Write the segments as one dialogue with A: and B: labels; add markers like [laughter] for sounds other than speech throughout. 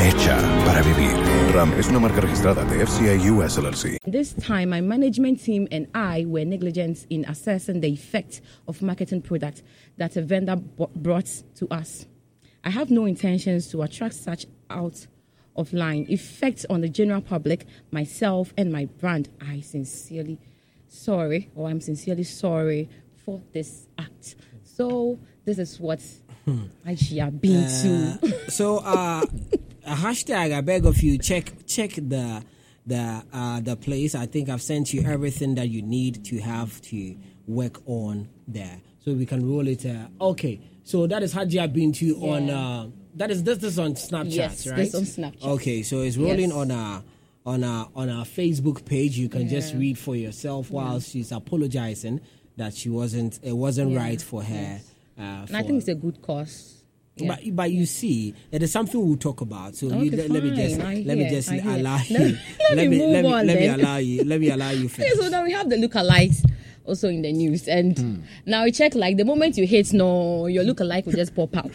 A: Hecha para vivir. RAM es una marca registrada de FCI US LLC.
B: This time, my management team and I were negligent in assessing the effect of marketing products that a vendor b- brought to us. I have no intentions to attract such out of line effects on the general public, myself, and my brand. I sincerely sorry, or I'm sincerely sorry for this act. So, this is what I shall be to.
C: so Hmm. uh, a hashtag i beg of you check check the the uh, the place i think i've sent you everything that you need to have to work on there so we can roll it uh, okay so that is hajia i've been to on uh, that is this is on snapchat
B: Yes, this
C: right
B: on Snapchat.
C: okay so it's rolling
B: Yes.
C: on our on our on our facebook page you can just read for yourself while she's apologizing that she wasn't it wasn't right for her uh,
B: [laughs] And I
C: for-
B: think it's a good cause. Yeah.
C: but but you see, it is something we'll talk about. So you, let,
B: Okay,
C: let me just
B: fine. I
C: let me
B: hear,
C: just
B: I hear. [laughs]
C: allow
B: Let-
C: you.
B: let me move
C: let me,
B: on
C: let me
B: then.
C: allow you. Let me allow
B: [laughs]
C: you.
B: Okay,
C: Finish.
B: so now we have the lookalikes also in the news, and
C: Hmm.
B: now you check like the moment you hit no, your lookalike will just pop out.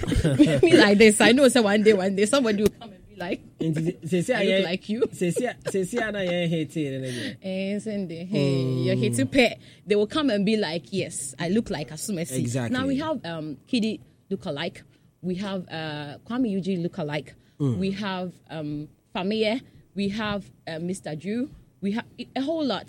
B: [laughs] Me like this, I know. So one day, one day, somebody will come and be like,
C: Nti se- se-
B: I look
C: ayɛ-
B: like you.
C: se- se- se- se- ana yɛn hate yi ne deɛ.
B: "Eh, Sunday, hey, you're hitting pay." They will come and be like, "Yes, I look like Asumesi."
C: Exactly.
B: Now we have um Kidi lookalike, we have uh Kwame Uji lookalike, we have um Famiye We have uh, Mr. Drew. We have a whole lot,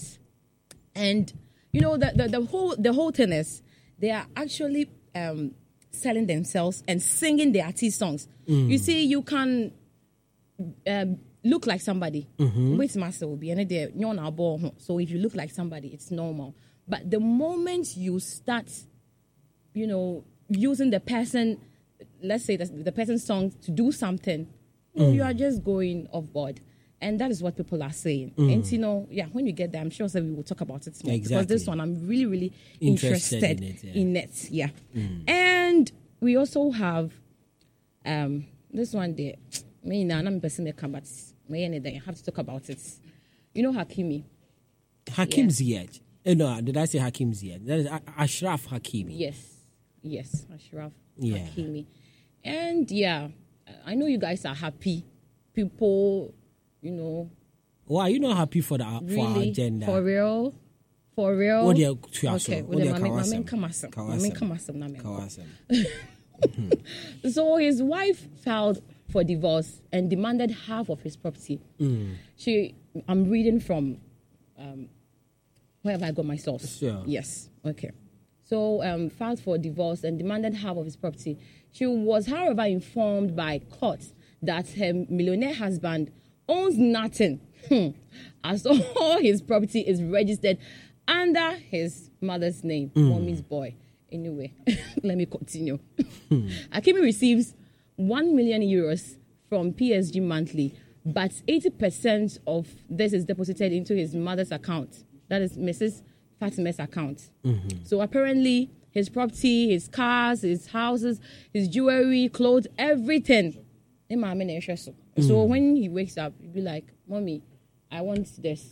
B: and you know the, the the whole the whole thing is they are actually um, selling themselves and singing their artist songs. You see, you can um, look like somebody. With muscle, be any day, you're not born. So if you look like somebody, it's normal. But the moment you start, you know, using the person, let's say the, the person's song to do something, you are just going off board. And that is what people are saying. And you know, yeah, when you get there, I'm sure that we will talk about it more. Because
C: Exactly.
B: this one, I'm really, really
C: Interested
B: interested,
C: in it, yeah. Hmm.
B: in it. Yeah. And we also have um this one there me na na me person make come but me any day I have to talk about it you know Hakimi
C: Hakim Ziyech. Eh, no, did I say Hakim Ziyech? That is A- Ashraf Hakimi.
B: yes yes Ashraf
C: Yeah.
B: Hakimi and yeah I know you guys are happy people you know
C: Why are you not happy for the Uh, for our
B: really
C: agenda?
B: for real for real
C: What they are to us,
B: okay
C: what
B: what
C: they
B: they
C: are
B: mame
C: Kawasam.
B: mame kamasam mame
C: Kawasam.
B: kamasam na me nkɔ.
C: Kawasam.
B: So his wife filed for divorce and demanded half of his property. She, I'm reading from um, where have I got my source?
C: Sure.
B: Yes. Okay. So um, filed for divorce and demanded half of his property. She was, however, informed by court that her millionaire husband owns nothing, Hmm. as [laughs] all his property is registered under his mother's name, mommy's boy. Anyway, [laughs] let me continue.
C: Hmm.
B: Akimi receives 1 million euros from PSG monthly, but 80% of this is deposited into his mother's account. That is Mrs. Fatima's account. So apparently, his property, his cars, his houses, his jewelry, clothes, everything. Ne maame na ɛhwɛ so.
C: Hmm.
B: So when he wakes up, he'll be like, Mommy, I want this.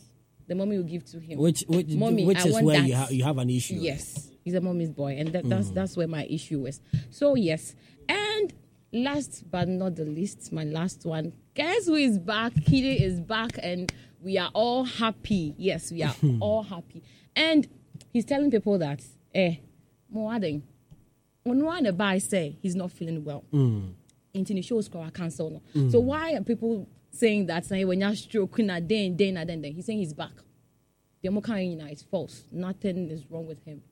B: The mommy will give to him.
C: Which which,
B: Mommy,
C: which
B: I
C: is
B: want
C: where
B: that.
C: you, ha- you have an issue. Hmm.
B: Yes, he's a mommy's boy, and that, that's that's where my issue is. So yes, and last but not the least, my last one. Guess who is back? Kitty is back, and we are all happy. Yes, we are all happy, and he's telling people that eh, Moading, when one buy say he's not feeling well,
C: Hmm.
B: into the shows called cancel. No? So why are people saying that saying when you're stroking a day and day and then he's saying he's back? Demokaina is false. Nothing is wrong with him.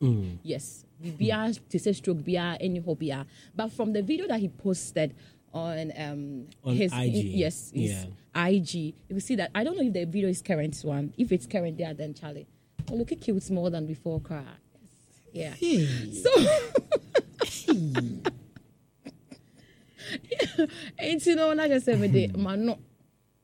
B: Yes. Bia to say stroke bia any hobby. But from the video that he posted on um
C: On
B: his
C: IG.
B: yes, his IG, you will see that I don't know if the video is current one. If it's current there then Charlie. Oh, look at cute more than before cry. Yeah. So nti no na kyerɛ sɛ mede ma no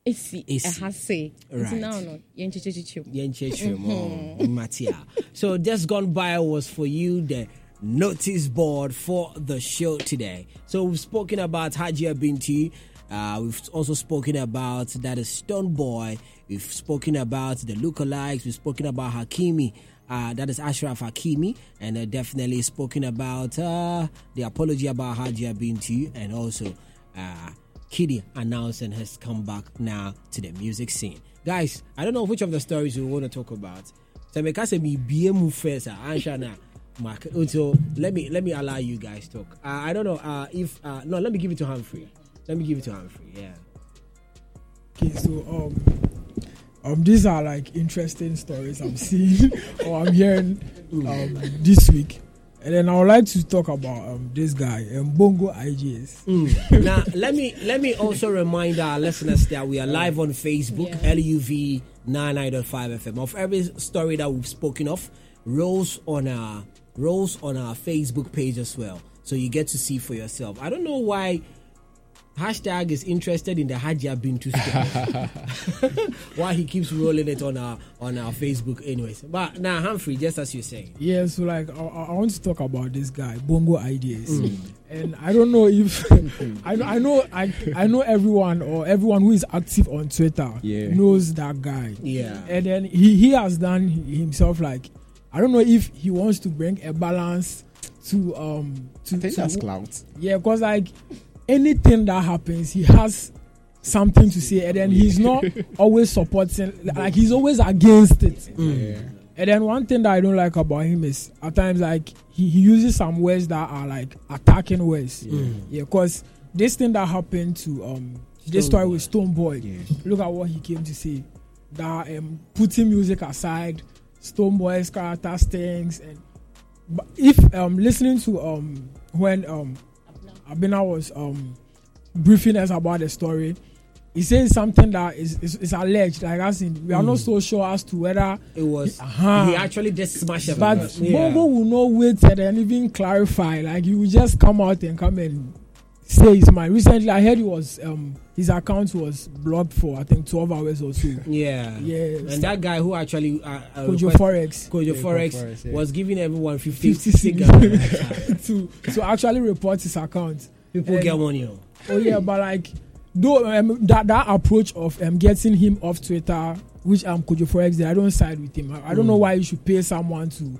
B: ɛsi
C: Ɛsi.
B: ɛha se nti
C: Hmm. Right.
B: na no yɛnkyekyɛkyekyɛ mu
C: Yeah, in church, mm Matia. So just gone by was for you the notice board for the show today. So we've spoken about Hajia Binti. Uh, we've also spoken about that is Stone Boy. We've spoken about the lookalikes. We've spoken about Hakimi. Uh, that is Ashraf Hakimi, and uh, definitely spoken about uh, the apology about Hajia Binti, and also uh, Kitty announcing has come back now to the music scene. Guys, I don't know which of the stories we want to talk about. So me can say me BM first. ah, Ansha na Mark. So let me let me allow you guys talk. Uh, I don't know uh, if uh, no. Let me give it to Humphrey. Let me give it to Humphrey. Yeah.
D: Okay, so um, um, these are like interesting stories I'm seeing [laughs] or I'm hearing um, this week, and then I would like to talk about um, this guy um, Bongo IGS.
C: now let me let me also remind our listeners that we are live on Facebook LUV 99.5 FM. Of every story that we've spoken of, rolls on our rolls on our Facebook page as well, so you get to see for yourself. I don't know why. Hashtag is interested in the Hajia Bintu story. [laughs] Why he keeps rolling it on our on our Facebook, anyways. But now Humphrey, just as you say,
D: Yeah, so like I, I I want to talk about this guy Bongo IGS,
E: Hmm.
D: and I don't know if [laughs] I, know- I know I, I know everyone or everyone who is active on Twitter
E: Yeah.
D: knows that guy.
C: Yeah.
D: and then he he has done himself like I don't know if he wants to bring a balance to um to,
E: I think
D: to
E: that's clout.
D: Yeah, because like anything that happens, he has something to say, and then he's
E: [laughs]
D: not always supporting. Like he's always against it. And then one thing that I don't like about him is at times like he, he uses some Mm. words that are like attacking words. Yeah, because this thing that happened to um this story
C: Boy.
D: with Stone Boy. Look at what he came to say. That um, putting music aside, Stone Boy's character stings. And but if um listening to um when um Abina was um briefing us about the story, he says something that is is, is alleged. Like as in, we are not so sure as to whether
C: Hmm. It was
D: Uh-huh.
C: he actually did smash him.
D: but
C: yeah.
D: Bongo will not wait and then even clarify. Like he will just come out and come and say his mind. Recently, I heard he was um his account was blocked for I think twelve hours or so.
C: yeah,
D: Yes.
C: and that guy who actually uh, uh,
D: Kojo
C: request-
D: Forex
C: Kojo Forex
E: Forex, yeah.
C: was giving everyone 50,
D: 50 [laughs]
C: cigars.
D: to to actually report his account.
C: People
D: And-
C: get money. oh.
D: Oh yeah, but like though um, that that approach of um getting him off Twitter. Which um Kojo Forex did, I don't side with him. I, I don't know why you should pay someone to.
F: 啊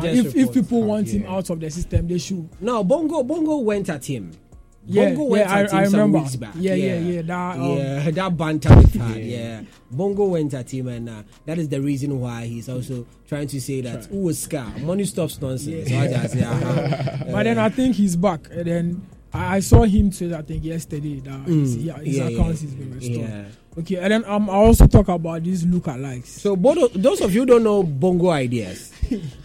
C: Hmm. Just
D: If if
C: report.
D: people want him
E: yeah.
D: out of the system, they should
C: No, Bongo Bongo went at him.
D: Yeah,
C: Bongo
D: yeah,
C: went
D: I-
C: at him
D: I
C: some
D: remember.
C: weeks back.
D: Yeah, yeah, yeah, that, um,
C: yeah, that banter with
D: [laughs]
C: her. Yeah. Bongo went at him, and uh, that is the reason why he's also trying to say that who was scar money stops nonsense. So I just say, uh-huh.
D: [laughs] But then I think he's back. And then I, I saw him tweet, I think, yesterday that his, yeah,
C: Mm.
D: his
C: yeah,
D: account
C: yeah,
D: is being restored.
C: yeah.
D: Okay, and then um, I also talk about these
C: [laughs]
D: lookalikes. So
C: So both of, those of you who don't know Bongo Ideas,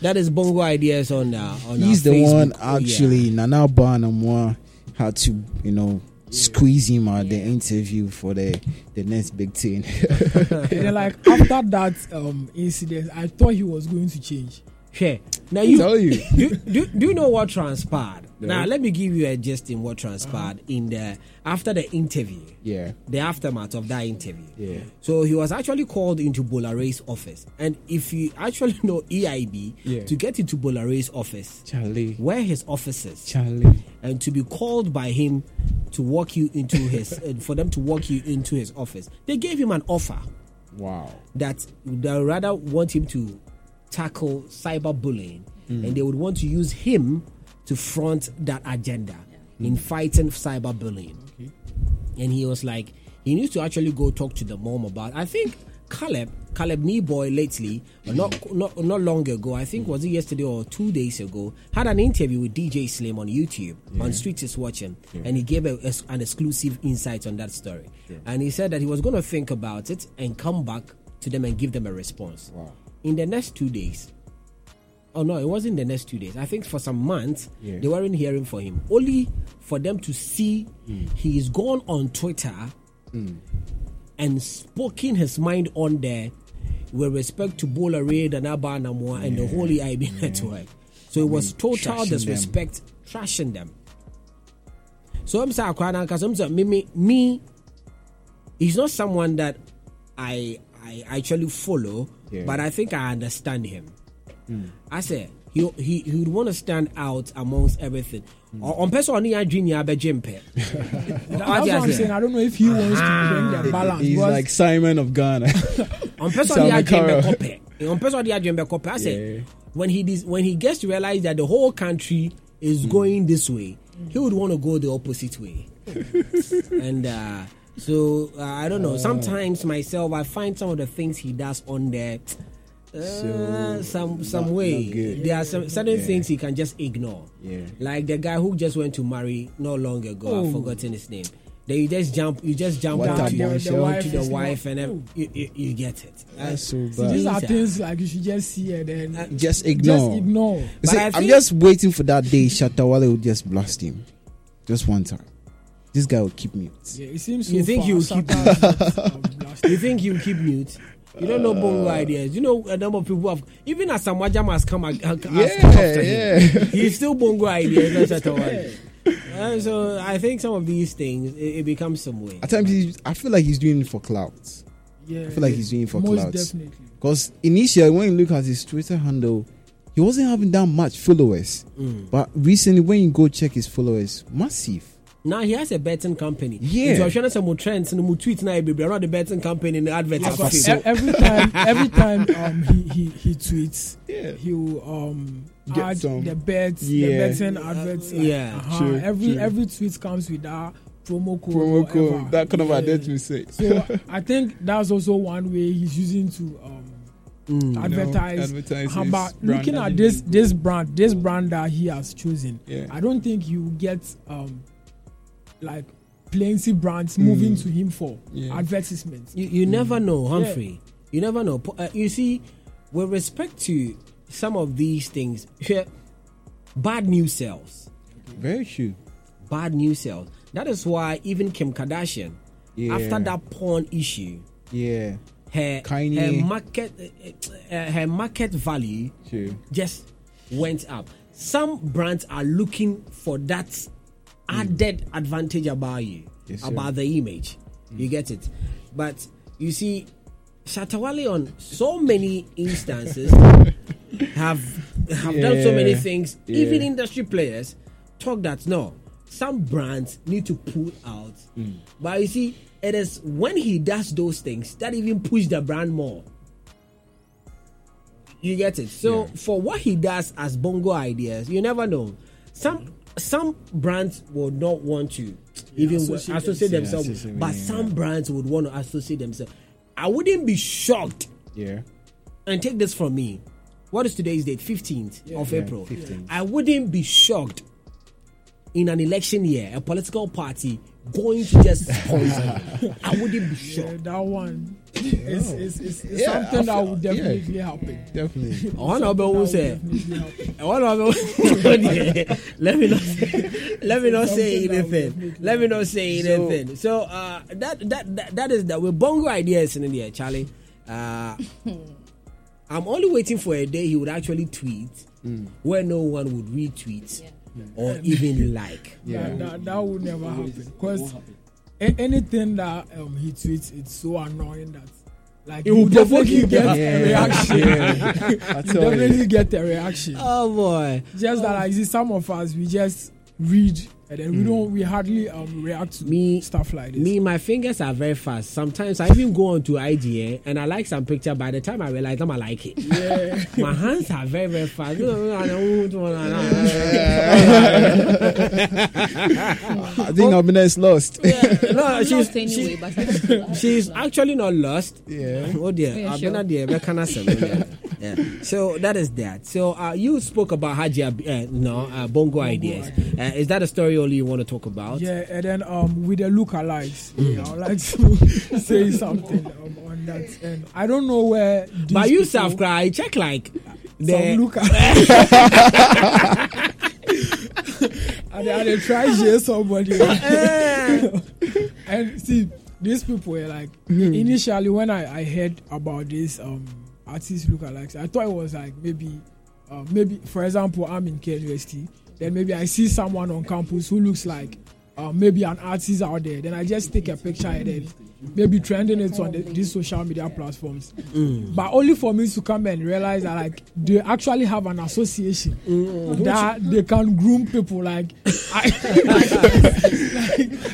C: that is Bongo Ideas on uh, on
E: He's
C: our
E: the one
C: Facebook. oh, Yeah.
E: actually Nana Banamwa had to, you know, squeeze him at the interview for the the next big
C: [laughs]
E: thing.
D: and then, like, after that um, incident, I thought he was going to change.
C: Sure. Now you
E: Tell you.
C: do, do, do you know what transpired? Now let me give you a gist in what
E: Ah.
C: transpired in the after the interview.
E: yeah.
C: The aftermath of that interview.
E: Yeah.
C: So he was actually called into Bolaray's office. And if you actually [laughs] know EIB,
E: Yeah.
C: to get into Bolaray's office,
E: Charlie.
C: where his office is,
E: Charlie.
C: and to be called by him to walk you into
E: [laughs]
C: his, uh, for them to walk you into his office, they gave him an offer
E: Wow.
C: that they rather want him to tackle cyberbullying and they would want to use him to front that agenda in fighting cyberbullying. And he was like, he needs to actually go talk to the mom about. I think Caleb, Caleb Boy lately, or not not not long ago, I think was it yesterday or two days ago, had an interview with DJ Slim on YouTube on Street is Watching, and he gave a, a- an exclusive insight on that story. And he said that he was going to think about it and come back to them and give them a response. In the next two days, oh no, it wasn't the next two days. I think for some months
E: Yeah.
C: they weren't hearing for him. Only for them to see he's gone on Twitter
G: 嗯
C: and spoken his mind on there with respect to Bola Raid and Abba Namwa and the whole EIB network. So it was total
E: trashing them.
C: disrespect, trashing them. So I'm saying, I'm saying, me, me, me, he's not someone that I I actually follow,
E: Yeah.
C: but I think I understand him. I say he he he would want to stand out amongst everything.
E: Hmm.
C: On person on the junior
E: [laughs]
C: jimpe.
D: That's what I'm saying. I don't know if he wants to bring the balance.
E: He's
D: because
E: like Simon of Ghana.
C: On person on
E: Salman
C: the
E: Kara.
C: jimpe kope. On person on the jimpe kope. I say
E: Yeah.
C: when he dis, when he gets to realize that the whole country is going this way, he would want to go the opposite way. and uh, so uh, I don't know. Sometimes myself, I find some of the things he does on there. Uh, some some
E: not-
C: way
E: not good.
C: there are some certain things he can just ignore.
E: Yeah.
C: Like the guy who just went to marry not long ago. I've
D: Oh.
C: forgotten his name. Then you just jump. You just jump
E: What
C: down
E: a
C: to, your-
E: bombshell.
C: to the
D: is not-
C: wife, and then you, you, you get it.
E: That's so
D: See, these are
E: bad.
C: These are-
D: things like you should just see and then
E: Just ignore.
D: Just ignore.
E: You
C: But
E: see,
C: I
E: I'm
C: think-
E: just waiting for that day Shatawale will just blast him. Just one time. This guy will keep mute.
D: Yeah, it seems so
C: You think
D: far,
C: he will keep-
D: sometimes it's, um, blasting.
C: You think you keep mute? You don't know
D: Uh,
C: Bongo ideas. You know a number of people have even as Samwajam has come ag- ag- has come after him. He's still Bongo ideas. That's at all. Uh, so I think some of these things it, it becomes some way.
E: At times, he's, I feel like he's doing it for clout.
D: Yeah,
E: I feel like he's doing it for
D: most
E: clout.
D: definitely.
E: Because initially, when you look at his Twitter handle, he wasn't having that much followers. But recently, when you go check his followers, massive.
C: Now he has a betting company.
E: Yeah.
C: So I'm showing some more trends and more tweets now. Baby, I'm not the betting company in the advert.
D: Yeah,
C: I've
D: but
C: seen.
D: e- every time,
C: [laughs]
D: every
E: [laughs]
D: time um, he, he he tweets,
E: Yeah.
D: he will um
E: Get
D: add
E: some.
D: the bets,
E: Yeah.
D: the betting adverts. Like,
C: yeah.
D: uh-huh.
E: True,
D: every
E: true.
D: every tweet comes with that promo code.
E: Promo
D: whatever.
E: code, that kind of
D: Yeah.
E: identity mistake. [laughs]
D: So I think that's also one way he's using to um
E: Mm,
D: advertise.
E: advertise
D: Uh-huh,
E: his
D: but
E: brand.
D: looking at this this brand, this brand that he has chosen,
E: Yeah.
D: I don't think he will get um like plenty
E: Mm.
D: brands moving to him for
C: Yeah.
D: advertisements. Mm.
C: You, you never know,
D: [laughs]
C: Humphrey. You never know. Po- Uh, you see, with respect to some of these things, here, bad news sells.
E: Very true.
C: Bad news sells. That is why even Kim Kardashian,
E: Yeah.
C: after that porn issue,
E: Yeah.
C: her
E: Kanye.
C: her market uh, uh, her market value
E: True.
C: just went up. Some brands are looking for that added advantage about you,
E: Yes, sir. Mm.
C: about the image. You get it, but you see, Shatawale on so many
E: [laughs]
C: instances have have done so many
E: Yeah.
C: things.
E: Yeah.
C: Even industry players talk that no, some brands need to pull out.
E: Mm.
C: But you see, it is when he does those things that even push the brand more. You get it. So for what he does as bongo ideas, you never know. Some some brands will not want to even associate,
D: associate
C: associate themselves,
E: themselves. Yeah, associate
C: but
E: with-
C: some brands would want to associate themselves. I wouldn't be shocked
E: Yeah.
C: and take this from me. What is today's date? 15th of
E: Yeah,
C: April.
E: 15th.
C: I wouldn't be shocked in an election year, a political party going to
E: [laughs]
C: just sponsor. I wouldn't be
D: Uh,
C: shocked.
D: that one is, is, is, is
E: Oh. Yeah, I
D: something that
E: feel-
D: will
E: yeah.
D: definitely happen. [laughs]
E: Definitely.
C: One of them will say, [laughs] one of them, [laughs] let me not, say- let me not say
D: Something that we
C: anything.
D: definitely
C: Let me not say anything. So uh, that, that that that is that. We're bongo ideas in there, Charlie. Uh, [laughs] I'm only waiting for a day he would actually tweet where no one would retweet or even like.
E: Yeah.
D: That, that, that will never happen. Because anything that um, he tweets, it's so annoying that like
C: It will
D: you
C: provoke
D: definitely
C: you.
D: get
E: Yeah.
D: a reaction. [laughs]
E: Yeah. I
D: you
E: tell you.
D: definitely get a reaction.
C: Oh boy.
D: just that I see some of us we just read and then we
E: Mm.
D: don't we hardly um react to
C: Me-
D: stuff like this.
C: Me, my fingers are very fast. Sometimes I even go onto IGN and I like some picture. By the time I realize I'm I like it.
D: Yeah.
C: my hands are very very fast.
E: [laughs] I think Abina is lost.
C: no, she's,
B: Lost anyway,
C: she-
B: but
C: she's actually not lost.
E: Yeah.
C: Oh dear.
B: Yeah,
C: I've
B: sure.
C: been at the American Assembly, yeah. Yeah. So that is that. So uh, you spoke about Haji, Ab- uh, no, uh, Bongo ideas. Uh, is that a story only you want to talk about?
D: Yeah, and then um with the lookalikes,
E: Mm.
D: yeah, I would like [laughs] to say something um, on that end. I don't know where. these
C: But you self
D: people-
C: cry. Check like the [laughs]
D: some lookalikes. and they, and they try share
C: [laughs]
D: somebody.
C: Eh.
D: and see, these people were like initially when I, I heard about this um artist lookalikes, I thought it was like maybe uh, maybe for example I'm in KUST, then maybe I see someone on campus who looks like uh, maybe an artist out there, then I just take a picture and then maybe trending it on the, these social media platforms.
C: Mm.
D: But only for me to come and realize that like they actually have an association
C: Mm-hmm.
D: that they can groom people. Like [laughs]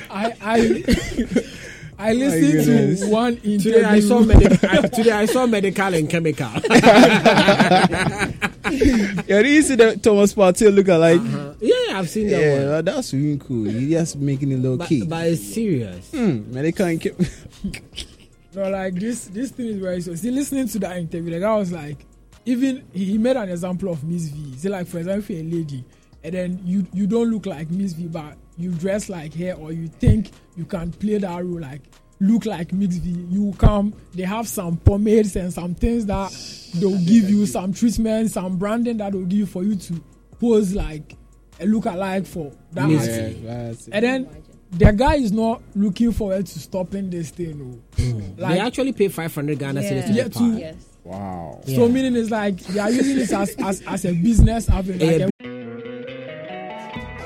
D: I, I, I, I listened
E: goodness.
D: to one interview.
C: Today I saw [laughs] medic- I, today I saw medical and chemical. [laughs] Mm.
E: yeah, do you see the Thomas Partey look alike?
C: yeah, I've seen that one.
E: Yeah, that- that's really cool. He just making it low
C: But,
E: key.
C: but it's serious.
E: Hmm, medical and keep. [laughs]
D: No, like this this thing is very serious. See, listening to that interview, the guy was like, even he, he made an example of Miss V. Say like for example, if you're a lady, and then you you don't look like Miss V, but you dress like her, or you think you can play that role, like look like Miss V. You come, they have some pomades and some things that
E: [laughs]
D: they'll give you, some treatment, some branding that they'll give you for you to pose like a look alike for that
C: Miss
D: artist.
E: Yeah, that's it.
D: And then the guy is not looking forward to stopping this thing. oh.
C: they
D: Like,
C: actually pay 500 Ghana cedis to
D: Yeah,
C: the
D: to-
C: park.
B: yes.
E: Wow.
D: so
C: Yeah.
D: meaning it's like they are using this as, as, as a business avenue. Like
C: Yeah.
D: a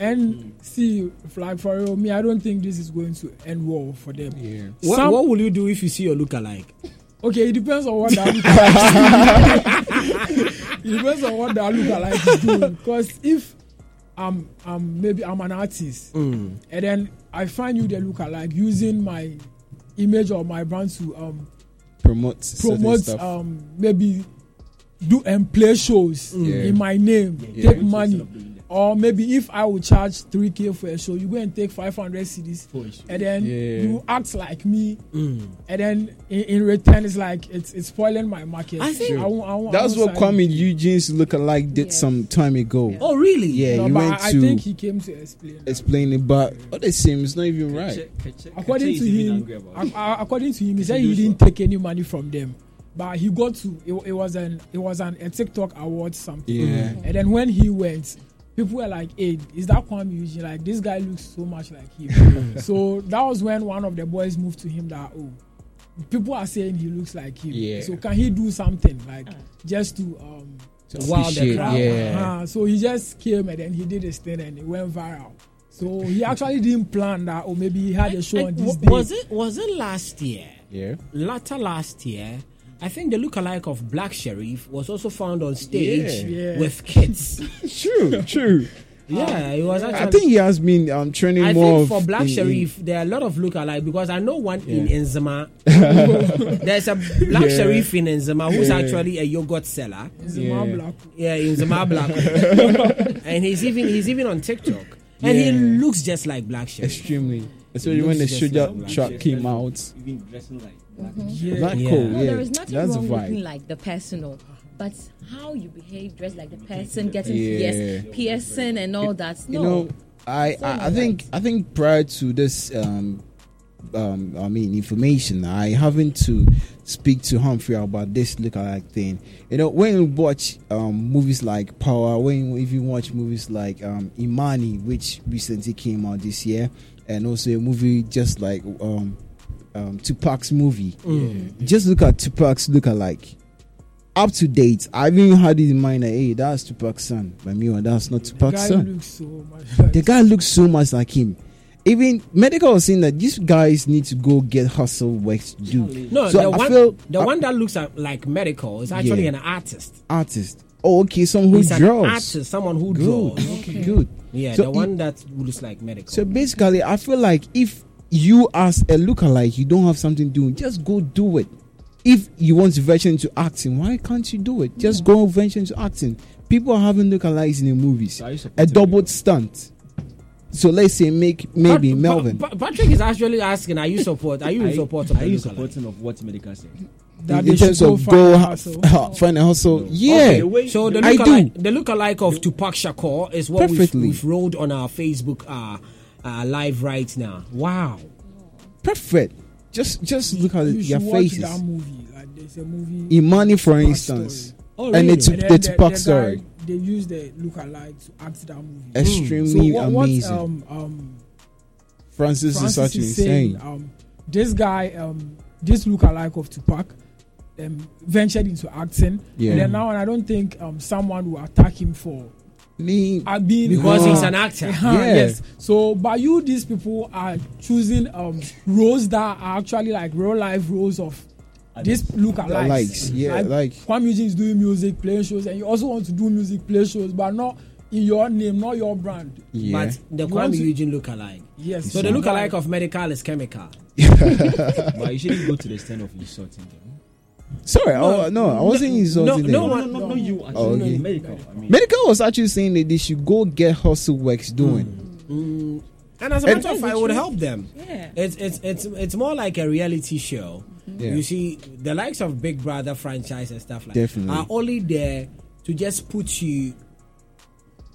D: And see, like for real, me, I don't think this is going to end well for them. Yeah.
C: What,
D: Some,
C: what will you do if you see your lookalike?
D: Okay, it depends on what that
C: [laughs]
D: look like. [laughs] it depends on what that look like is doing. Because if I'm, I'm maybe I'm an artist,
C: Mm.
D: and then I find you the look alike using my image or my brand to um
E: Promote certain
D: promote
E: stuff.
D: um maybe do and play shows
E: Mm.
D: in my name take money or maybe if i will charge 3k for a show you go and take 500 cds and then
E: Yeah.
D: you act like me and then in, in return it's like it's, it's spoiling my market
C: I think-
D: I won't- I won't- I
E: That's
D: won't
E: what
D: sign
E: Kwame Eugene's lookalike did some time ago.
C: Oh, really?
E: Yeah,
D: no,
E: he
D: but
E: went
D: I, I
E: to
D: think he came to explain that.
E: explain it, but all the same, it's not even right.
D: according to him ac- uh, according to him he said he didn't take any money from them but he got to it, it was an it was an a tiktok award something Mm-hmm.
E: Yeah.
D: and then when he went people were like hey is that kwame eugene like this guy looks so much like
E: [laughs]
D: him so that was when one of the boys moved to him that oh people are saying he looks like him
E: Yeah. Uh.
D: so can he do something like just to um
E: To
D: wow the
E: appreciate,
D: crowd
E: yeah.
D: Uh-huh. so he just came and then he did his thing and it went viral so he actually didn't plan that or maybe he had a show on
C: And
D: this
C: wa-
D: day
C: was it was it last year?
E: Yeah.
C: Latter last year, I think the lookalike of Black Sheriff was also found on stage
D: Yeah. Yeah.
C: with
E: [laughs]
C: kids.
E: True, true.
C: yeah, it was
E: I
C: actually.
E: think he has been um, training
C: I
E: more.
C: think
E: of
C: for Black
E: in- in-
C: Sheriff, there are a lot of lookalike because I know one in
E: [laughs]
C: Enzima. There's a Black
E: Yeah.
C: Sheriff in Enzima who's actually a yogurt seller.
D: It's a man
E: Yeah.
D: block.
C: Yeah, in
E: [laughs]
C: Zimbabwe. and he's even he's even on TikTok. And he
E: Yeah.
C: looks just like Black Sheriff.
E: Extremely. Especially when the
C: looks just
E: Sugar
C: like Black
E: track came out.
B: Mm-hmm.
E: Black
C: Yeah.
E: Hole,
B: No,
E: yeah.
B: there is nothing
E: That's
B: wrong
E: the
B: with looking
E: vibe.
B: like the person or but how you behave dressed like the person, getting
E: Yeah.
B: pierced, piercing and all that. No.
E: You know, I,
B: It's not
E: I, I think I think prior to this um, um, I mean information, I haven't to speak to Humphrey about this lookalike thing. You know, when you watch um, movies like Power, when you even watch movies like um, Imani, which recently came out this year, and also a movie just like um, um, Tupac's movie.
B: Mm.
C: mm.
E: Just look at Tupac's lookalike. Up to date, I even had it in mind that hey, that's Tupac's son. But meanwhile, that's not
D: The
E: Tupac's
D: guy
E: son
D: looks so much like
E: the guy looks so much like him. Even medical was saying that these guys need to go get hustle work to do.
C: No,
E: so
C: the
E: I
C: one
E: feel
C: the
E: uh,
C: one that looks at- like medical is actually
E: Yeah.
C: an artist.
E: artist. Oh, okay, someone who
C: He's an
E: draws.
C: artist, someone who
E: Good,
C: draws.
E: good.
C: Yeah,
E: So
C: the
E: it-
C: one that looks like medical.
E: So basically, I feel like if you as a lookalike, you don't have something doing, just go do it. If you want to venture into acting, why can't you do it? Just go venture into acting. People are having lookalikes in the movies. A double stunt. So let's say make maybe
C: Pat-
E: Melvin.
C: Pa- Pa- Patrick is actually asking, are you support?
E: [laughs]
C: Are you in support of the lookalike?
H: of what medical said?
D: that.
E: in
D: they
E: terms
D: should go
E: of
D: find
E: go
D: a
E: ha-
D: hustle.
E: find a hustle. [laughs] Yeah,
C: So the
E: I
C: lookalike, the lookalike of Tupac Shakur is what we've,
E: Perfectly.
C: we've rolled on our Facebook uh, uh, live right now. Wow.
E: perfect. Just just look at
D: you
E: your
D: should watch that
E: faces.
D: movie. Like there's a movie.
E: Imani, for
D: Tupac
E: instance,
D: story.
C: Oh,
E: and it's
D: And then
E: the Tupac story.
D: Guy, they use the lookalike to act that movie.
E: Extremely
D: so what,
E: amazing.
D: What, um, um,
E: Francis,
D: Francis
E: is actually
D: is saying,
E: insane.
D: um, this guy, um, this lookalike of Tupac, um, ventured into acting.
E: Yeah.
D: And then now, and I don't think um, someone will attack him for
E: Me,
D: uh, being
C: Because
E: Yeah.
C: he's an
D: [laughs]
C: actor.
D: Uh-huh,
E: Yeah.
D: Yes. So, but you, these people are choosing um roles that are actually like real life roles of this look alike.
E: Likes, yeah, like-
D: Kwame Eugene is doing music, playing shows, and you also want to do music, play shows, but not in your name, not your brand.
E: yeah.
C: But the
D: You want
C: Kwame
D: to-
C: Eugene lookalike.
D: Yes.
C: So the lookalike of medical is chemical.
H: but you shouldn't go to the extent of insulting them.
E: Sorry, I, no, I wasn't insulting
H: No,
E: them.
H: no, no, no, you. Actually,
E: Oh, okay.
H: medical. I mean,
E: Medical was actually saying that they should go get hustle works doing.
C: And as a
E: And-
C: matter of fact, it would help them.
B: Yeah.
C: It's it's it's it's more like a reality show.
E: Mm-hmm. Yeah.
C: You see, the likes of Big Brother franchise and stuff like
E: Definitely.
C: are only there to just put you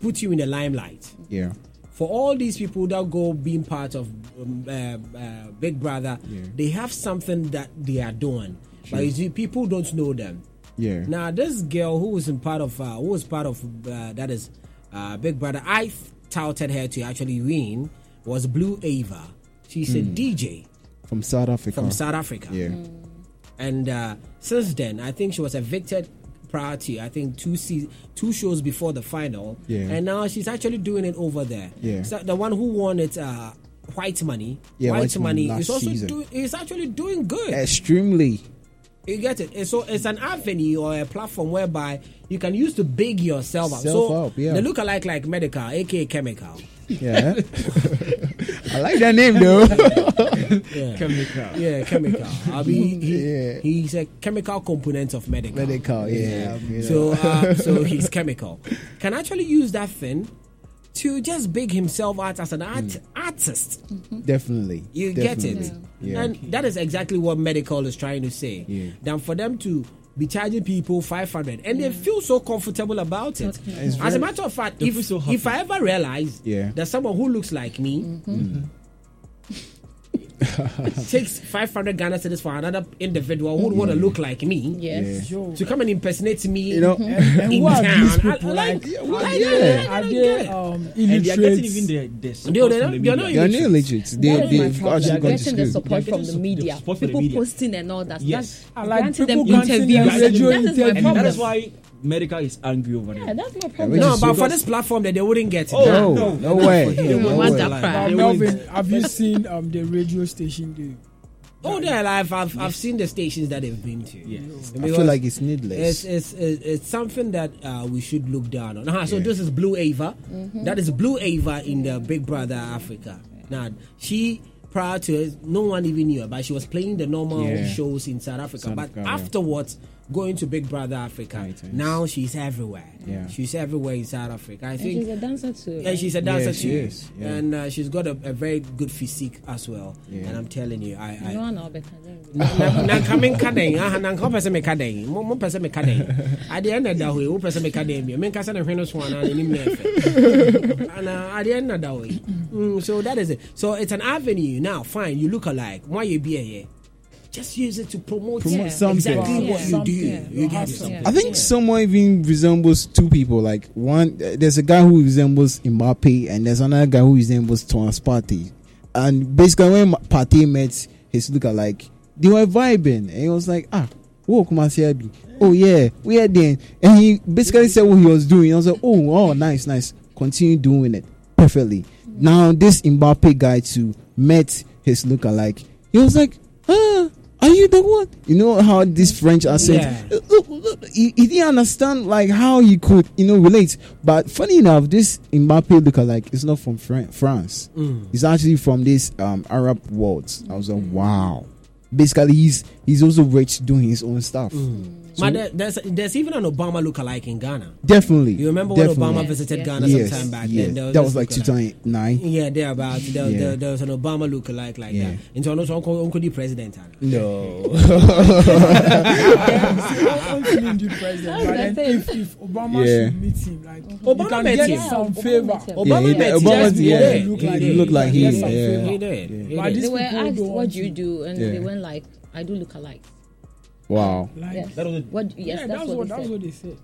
C: put you in the limelight.
E: Yeah.
C: For all these people that go being part of um, uh, uh, Big Brother, they have something that they are doing, but you see, people don't know them.
E: Yeah.
C: Now this girl who was in part of uh, who was part of uh, that is uh, Big Brother, I touted her to actually win was Blue Ava. She's a DJ
E: From South Africa.
C: from South Africa,
E: Hmm.
C: Hmm.
E: Yeah.
C: and uh, since then I think she was evicted prior to I think two se- two shows before the final,
E: Yeah.
C: and now she's actually doing it over there.
E: Yeah.
C: So the one who won it, uh, White Money,
E: Yeah,
C: White,
E: White
C: Money,
E: Money last
C: is also
E: season.
C: doing is actually doing good.
E: Extremely.
C: You get it. And So it's an avenue or a platform whereby you can use to big yourself up.
E: Self
C: so
E: up, yeah.
C: the lookalike like medical, aka chemical.
E: Yeah. [laughs] I like that name though.
H: chemical.
C: [laughs] Yeah, chemical. I mean, he,
E: Yeah.
C: he's a chemical component of medical.
E: Medical, yeah. I mean,
C: So, uh,
E: [laughs]
C: so he's chemical. Can actually use that thing to just big himself out as an art,
E: Hmm.
C: artist.
E: definitely.
C: You
E: definitely.
C: get it.
E: Yeah.
C: And that is exactly what medical is trying to say.
E: Yeah.
C: Than for them to be charging people 500 and they feel so comfortable about it. As a matter of fact,
H: They
C: if,
H: feel so happy.
C: if I ever realize
E: Yeah.
C: that someone who looks like me [laughs] takes 500 Ghana cedis for another individual who would want to look like me
B: Yes.
C: to come and impersonate me
E: You know,
C: in
D: Mm-hmm. And who are
C: town,
D: these
C: I- I
D: people?
C: like,
D: Like,
C: like,
E: what-
C: I- I-
E: yeah.
C: I
D: are
C: don't get
D: they
C: it.
D: um,
H: And they are getting even
D: illiterate?
H: the the support
C: They're-
H: from the
C: they're
H: media.
C: not
E: they are new legits. They
B: That is my problem.
E: they've actually
B: They are
E: gone
B: getting the
E: to school.
B: support
H: They are
B: from the
H: getting
B: media,
H: the support from the
B: people
H: media.
B: posting and all that.
H: Yes.
D: I like
B: granting
D: people
B: them
D: granting them
B: interviews.
D: radio
B: That is my
D: interviews.
H: And
B: problem.
H: that is why medical is angry over
B: Yeah,
H: there.
B: that's my
E: which
B: problem.
C: No,
E: is
C: but
E: because-
C: for this platform, that they wouldn't get it.
E: No, no, way.
H: They
E: No
H: won't
E: way.
H: want that
D: Uh,
H: crap. They won't-
D: Melvin, have you seen um, the radio station? The,
C: Oh, they're alive. I've, I've seen the stations that they've been to. Yes.
E: I feel like it's
C: it's,
E: needless.
C: it's, it's, it's something that uh, we should look down on. Uh-huh, so this is Blue Ava. That is Blue Ava in the Big Brother Africa. Now, she, prior to it, no one even knew her, but she was playing the normal
E: Yeah.
C: shows in South Africa.
E: South
C: but
E: Africa, yeah.
C: afterwards, going to Big Brother Africa,
E: Right, yes.
C: now she's everywhere.
E: Yeah.
C: She's everywhere in South Africa. I think
B: She's a dancer too.
C: and she's a dancer
E: Yeah,
C: too.
E: she is, yeah.
C: And uh, she's got a, a very good physique as well.
E: Yeah.
C: And I'm telling you, I. I
B: No one know better.
C: na coming kaden ah na nka pese me kaden mo mo pese me kaden ade na da hoye wo pese me kaden bi me nka se na hwe no so ana ni me fe ana ade na da hoye mm, so that is it so it's an avenue now fine you look alike why you be here just use it to promote,
E: Promote
C: yeah,
E: something.
C: exactly what you do
D: Something. Yeah.
C: you get
D: [laughs]
C: [laughs]
D: Yeah.
C: something
E: I think someone even resembles two people. Like one, uh, there's a guy who resembles Mbappe, and there's another guy who resembles Thomas Partey. And basically, when Ma- Partey met his lookalike, they were vibing, and he was like, "Ah, whoa, Kumasi Abi. Oh yeah, we are then." And he basically said what he was doing. I was like, "Oh, oh, nice, nice. Continue doing it perfectly." Now this Mbappe guy too met his lookalike. He was like, "Ah." Are you the one? You know how this French accent
C: Yeah.
E: look, look, he, he didn't understand like how he could you know relate. But funny enough, this Mbappe lookalike is not from Fran- France.
C: Mm.
E: He's actually from this um, Arab world. I was like, wow. Basically, he's he's also rich doing his own stuff.
C: but there, there's there's even an Obama lookalike in Ghana
E: Definitely.
C: you remember
E: definitely.
C: when Obama visited
B: Yes.
C: Ghana
E: Yes,
C: some time back
E: yes.
C: then there
E: that was
C: this
E: like
C: lookalike.
E: 2009.
C: Yeah, thereabout. There,
E: Yeah.
C: there, there was an Obama lookalike like
E: Yeah.
C: that. And so I know so uncle, uncle the president. and-
D: I'm feeling the president. But
B: That's the
D: then
B: thing.
D: if,
E: [laughs]
D: if Obama
E: Yeah.
D: should meet him, like
C: Obama
D: you can
C: met
D: get
C: him.
D: some
B: Obama
D: favor.
B: met him.
C: Obama
E: yeah,
C: met
E: Obama-
C: just
E: yeah,
C: there.
E: he
D: looked like
C: did.
D: he looked
C: did
E: like he,
C: some
E: yeah.
C: favor. He did. He
D: But
C: did.
D: this-
B: They were
D: people
B: asked,
D: don't
B: "What do you
D: want
B: do?" And
E: Yeah.
B: they went like, "I do look alike."
E: Wow.
D: Like,
B: Yes.
H: That was it.
B: What? Yes,
D: yeah,
B: that's, what,
D: that's
B: they said.
D: what they say.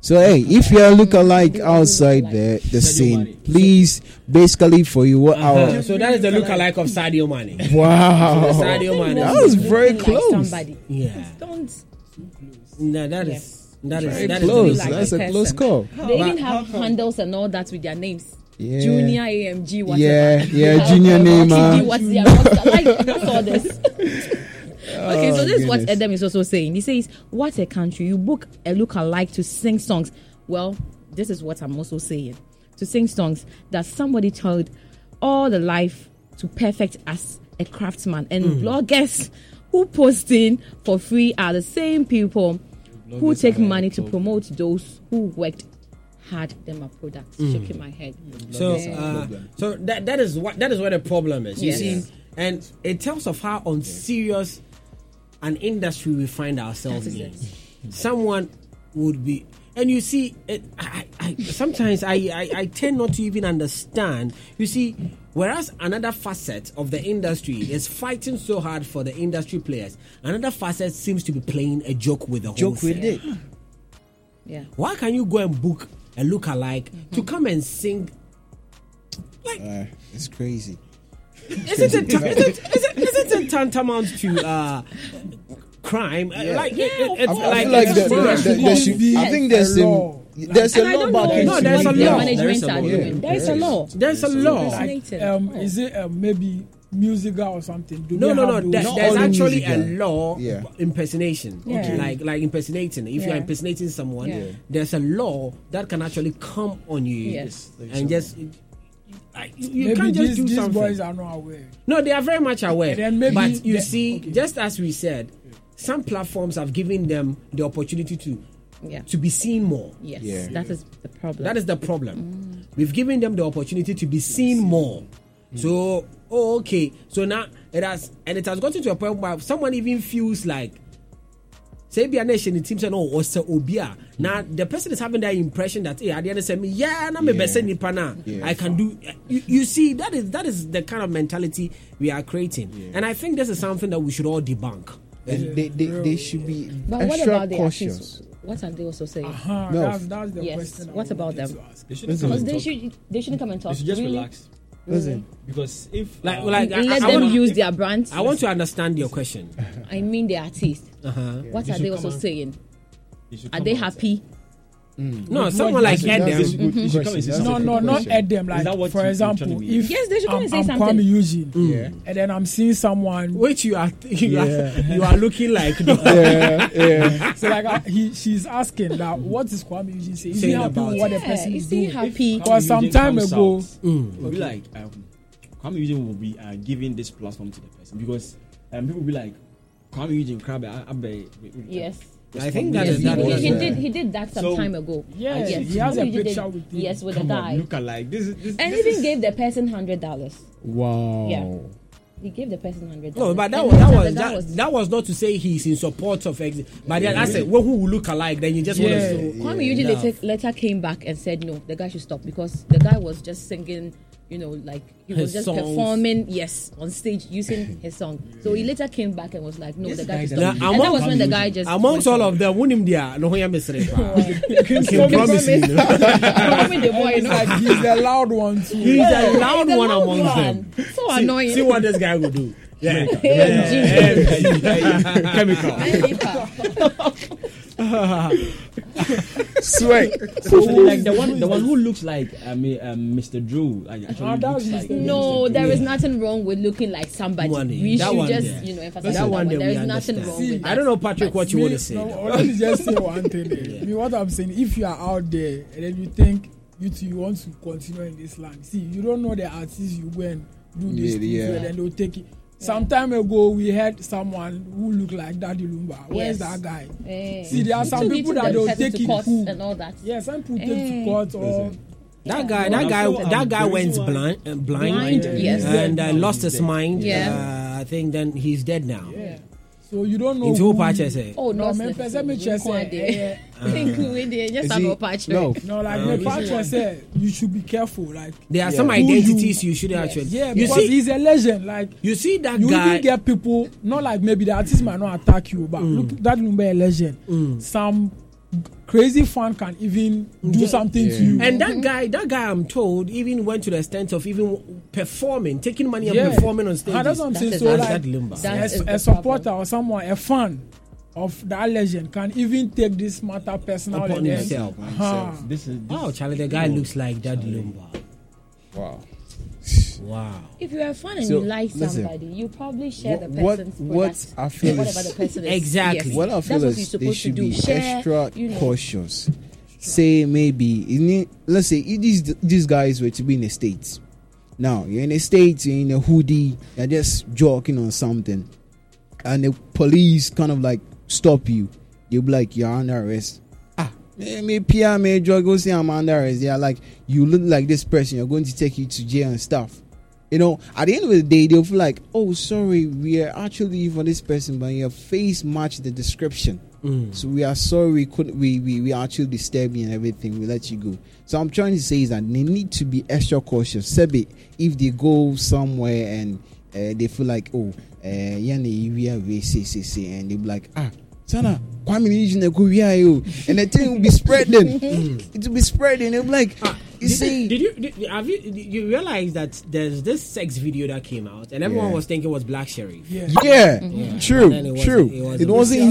E: So hey, if you're look alike outside the the scene, please basically for you what
C: Uh,
E: hour?
C: so that is the lookalike of Sadio Mane.
E: Wow.
C: Sadio Mane.
E: That was very
B: Looking like
E: close.
B: somebody.
C: yeah.
B: Don't.
C: No, that is that is
E: Very
C: that is the
E: close.
B: like
C: lookalike.
E: That's
B: a
E: a close
B: person.
E: call.
B: They even have handles and all that with their names.
E: Yeah.
B: Junior AMG, whatever. [laughs]
E: Yeah, yeah,
B: Alpha,
E: junior
B: Alpha,
E: name.
B: TD,
E: uh,
B: what's their- what's their- like, that's all
E: [laughs]
B: this. okay, so this is what
E: Oh, goodness.
B: Adam is also saying. He says, "What a country! You book a lookalike to sing songs." Well, this is what I'm also saying: to sing songs that somebody
E: Hmm.
B: told all the life to perfect as a craftsman and bloggers who posting for free are the same people who take money to promote those who worked hard than my products.
C: Mm.
B: Shaking my head.
C: So,
B: Yeah.
C: uh, so that that is what that is where the problem is. You
B: Yes.
C: see,
B: Yes.
C: and in terms of how unserious an industry we find ourselves
B: That is
C: in, someone would be. And you see, it, I, I, I- sometimes I, I, I tend not to even understand. You see, whereas another facet of the industry is fighting so hard for the industry players, another facet seems to be playing a joke with the
B: Joke
C: whole
B: with
C: thing.
B: it. yeah.
C: Why can you go and book a lookalike to come and sing
E: Mm-hmm. Uh, it's crazy.
C: [laughs] isn't it, ta- isn't, isn't, isn't it tantamount to uh, crime? Uh, Like, it, it, it's
E: I feel
C: like,
E: like
C: it's
E: there- there-
C: crime.
E: there- there should be- I think there's a law. There's a
B: And I
E: law
B: don't
E: back
B: know
E: in
C: No, there's a
B: what the
C: law.
B: management are doing. There is a law.
C: There's a law. Oh.
D: Like, um, is it um, maybe musical or something? Do
C: No,
D: they
C: no, no.
D: have
C: there-
D: those-
C: there's actually a law
D: Yeah.
C: impersonation.
D: Yeah. Okay.
C: Like like impersonating. If you're
D: Yeah.
C: impersonating someone,
D: Yeah. Yeah.
C: there's a law that can actually come on you
D: Yes.
C: and just I- you you
D: maybe
C: can't just
D: these,
C: do
D: these
C: something.
D: boys are not aware.
C: No, they are very much aware.
D: And then maybe
C: but you
D: the-
C: see, just as we said, some platforms have given them the opportunity to to be seen more.
B: Yes, Yeah. that is the problem. Mm.
C: That is the problem. We've given them the opportunity to be seen more. So, oh, okay. So now it has and it has gotten to a point where someone even feels like. Say be a nation in team say no or say obia. Now the person is having that impression that hey, at the end of the day, yeah, na me
H: Yeah.
C: best nipa na.
H: Yeah.
C: I can do. You, you see, that is that is the kind of mentality we are creating, and I think this is something that we should all debunk.
E: And they, they, they should be
B: But what
E: extra
B: about the
E: cautious.
B: artists? What are they also saying?
D: Uh-huh,
E: No.
D: that's, that's the
B: yes.
D: question. I
B: What about them?
H: They shouldn't come
B: Because
H: and
B: they
H: talk.
B: should they shouldn't come and talk.
H: They should just
B: really?
H: relax.
B: Listen.
H: Because if
C: Like,
H: uh,
C: like
B: And let
C: I- I
B: them
C: want-
B: use their brands.
C: I want to understand your
E: [laughs]
C: question.
B: I mean the artists.
C: Uh-huh.
B: What
C: They
B: are
C: should
B: they
C: come
B: also
C: out.
B: saying?
C: should
B: Are
C: come
B: they
C: out.
B: happy?
E: Mm.
C: No,
D: Good
C: someone like
D: question.
C: Edem.
D: That's a
E: Mm-hmm.
D: good
C: Mhm.
D: question. No, no, not Edem. Like, for example, if
B: Yes, they should come
D: I'm,
B: and say
D: I'm
B: something.
D: Kwame Eugene,
C: Mm.
D: and then I'm
C: [laughs]
D: seeing someone
C: which you are you,
D: Yeah.
C: are, you are looking like.
E: [laughs]
C: [laughs]
D: Yeah, so like I, he, she's asking that what is Kwame Eugene saying? Is he
C: Saying
D: happy
C: about
D: with what
C: it.
D: the person
B: Yeah,
D: is
B: is he
D: doing?
B: happy?
D: Or some time ago, mm.
H: it'll be like um, Kwame Eugene will be uh, giving this platform to the person because um, people will be like Kwame Eugene Crabbe. I, I bet.
B: Yes.
C: I think that
B: yes,
C: is that
B: he,
C: is-
B: he did he did that some
H: So-
B: time ago.
D: Yeah,
B: yes,
D: he has a
B: did it.
D: picture with him.
B: Yes, with
H: Come
B: the
H: on,
B: guy.
H: look alike. This is this,
B: And
H: this
B: even
H: is,
B: gave the person hundred dollars.
E: Wow.
B: Yeah. He gave the person hundred dollars.
C: Oh. No, but that was that was that, that was not to say he's in support of exit. But then I said, well, who will look alike? Then you just
D: Yeah.
C: want to.
B: Kwame Eugene later, later came back and said no, the guy should stop because the guy was just singing, you know, like he
C: His
B: was just
C: songs.
B: performing, yes, on stage
C: [laughs]
B: using his song. So he later came back and was like, no, the guy should
C: Now,
B: stop.
C: among-
B: and that was when the guy just
C: amongst all of them, wouldn't there no one miss it. [laughs] Can promise [laughs] you.
B: Kwame the boy, you
D: it's
B: know,
D: like he's the loud one too.
C: He's
B: [laughs]
C: a
B: He's
C: loud
B: the
C: one
B: loud
C: amongst
B: one.
C: them.
B: So
C: See-
B: annoying.
C: See what this guy will
B: [laughs]
C: do. Yeah. Chemical.
H: [laughs]
E: Swear.
H: so like the one the one who looks like I mean um, Mr. Drew. Like, actually
D: Ah, that
H: looks
D: was
H: like
D: Mr.
B: no, there is nothing wrong with looking like somebody.
C: One day.
B: We
C: That
B: should
C: one
B: just,
C: day.
B: you know, emphasize
C: That
B: on
C: one
B: that
C: day
B: one. There
C: we
B: is nothing
C: understand.
B: wrong
D: See,
B: with that.
C: I don't know, Patrick, what you
D: Me-
C: want to say.
D: No, or let me just say one thing. eh. Me, what I'm saying, if you are out there and then you think you two you want to continue in this land, see, you don't know the artists you go and do this
E: Yeah,
D: thing
E: yeah.
D: to, and then they'll take it. Some time ago, we had someone who looked like Daddy Lumba. Where's
B: Yes.
D: that guy?
B: Eh.
D: See, there are
B: You
D: some
B: took it
D: people
B: to
D: that
B: the
D: they'll
B: person
D: take
B: to
D: it
B: court
D: cool.
B: and all that.
D: Yeah, some people take to
B: Eh.
D: court or
C: That guy, that guy,
H: Also, um,
C: that guy
H: the
C: went
H: reason why-
C: blind, uh, blind,
B: Blind, yes.
C: and uh, lost his mind.
B: Yeah.
C: Uh, I think then he's dead now.
D: yeah. So you don't know.
C: Into who
D: who-
C: patch say?
B: Oh,
D: No,
B: no,
D: me pese me kyerɛ sɛ,
E: [laughs]
D: ɛyɛ-
B: Thank you, eh. we did. Just have a patch.
E: Uh, No.
D: No, like
C: Uh,
D: the patch said, you should be careful. Like,
C: There are some
D: Who you-
C: identities you, should actually.
D: yeah,
C: you
D: because
C: see,
D: he's a legend. Like,
C: you see that
D: you
C: guy. Mm.
D: even get people not like maybe the artist might not attack you but look that number a legend some crazy fan can even do something to you
C: and
B: Mm-hmm.
C: that guy, that guy, I'm told, even went to the extent of even performing, taking money
D: Yeah.
C: and performing on stage.
D: Ah, that's what I'm
B: That
D: saying
B: is
D: so
B: that-
D: like
C: that Lumba.
B: that
D: a-
B: is the
D: a, supporter
B: problem.
D: or someone a fan of that legend can even take this matter personal
C: Upon
D: and then-
C: himself.
D: Ah.
H: This is this
C: Wow, Charlie, the guy looks like Daddy Lumba.
E: Wow.
C: Wow.
B: If you're a fan and
E: So,
B: you like
E: listen.
B: somebody, you probably share the
E: What-
B: person's
E: what-
B: product,
E: what I feel
B: whatever
E: is-
B: the person is.
C: Exactly.
B: Yes.
E: What I feel
B: That's what you're
E: is they
B: supposed
E: should
B: to do.
E: be
B: share,
E: extra
B: you know.
E: cautious. Say maybe you need- let's say if these these guys were to be in the states. Now you're in the states, you're in a hoodie, you're just joking on something. and the police kind of like stop you, you'll be like, you're under arrest. Ah, me, me PR, me drug, go say I'm under arrest. They are like, you look like this person, you're going to take you to jail and stuff. You know, at the end of the day, they'll feel like, oh, sorry, we are actually for this person, but your face matched the description.
C: Mm.
E: So we are sorry, we could we, we we actually disturbed you and everything. We let you go. So I'm trying to say is that they need to be extra cautious. Sebi, if they go somewhere and uh, they feel like oh, uh, yeah, we are racist, and they be like ah, Sana, Kwame Nijina Kuriayo, and the thing will be spreading.
C: Mm.
E: it will be spreading. They'll be like,
C: Ah,
E: you
C: Did-
E: see,
C: did you did, have you did you realize that there's this sex video that came out and everyone
E: Yeah.
C: was thinking it was Black Sherry?
D: Yeah.
E: yeah,
C: And
E: true,
C: then it wasn't-
E: true.
C: it wasn't
E: It wasn't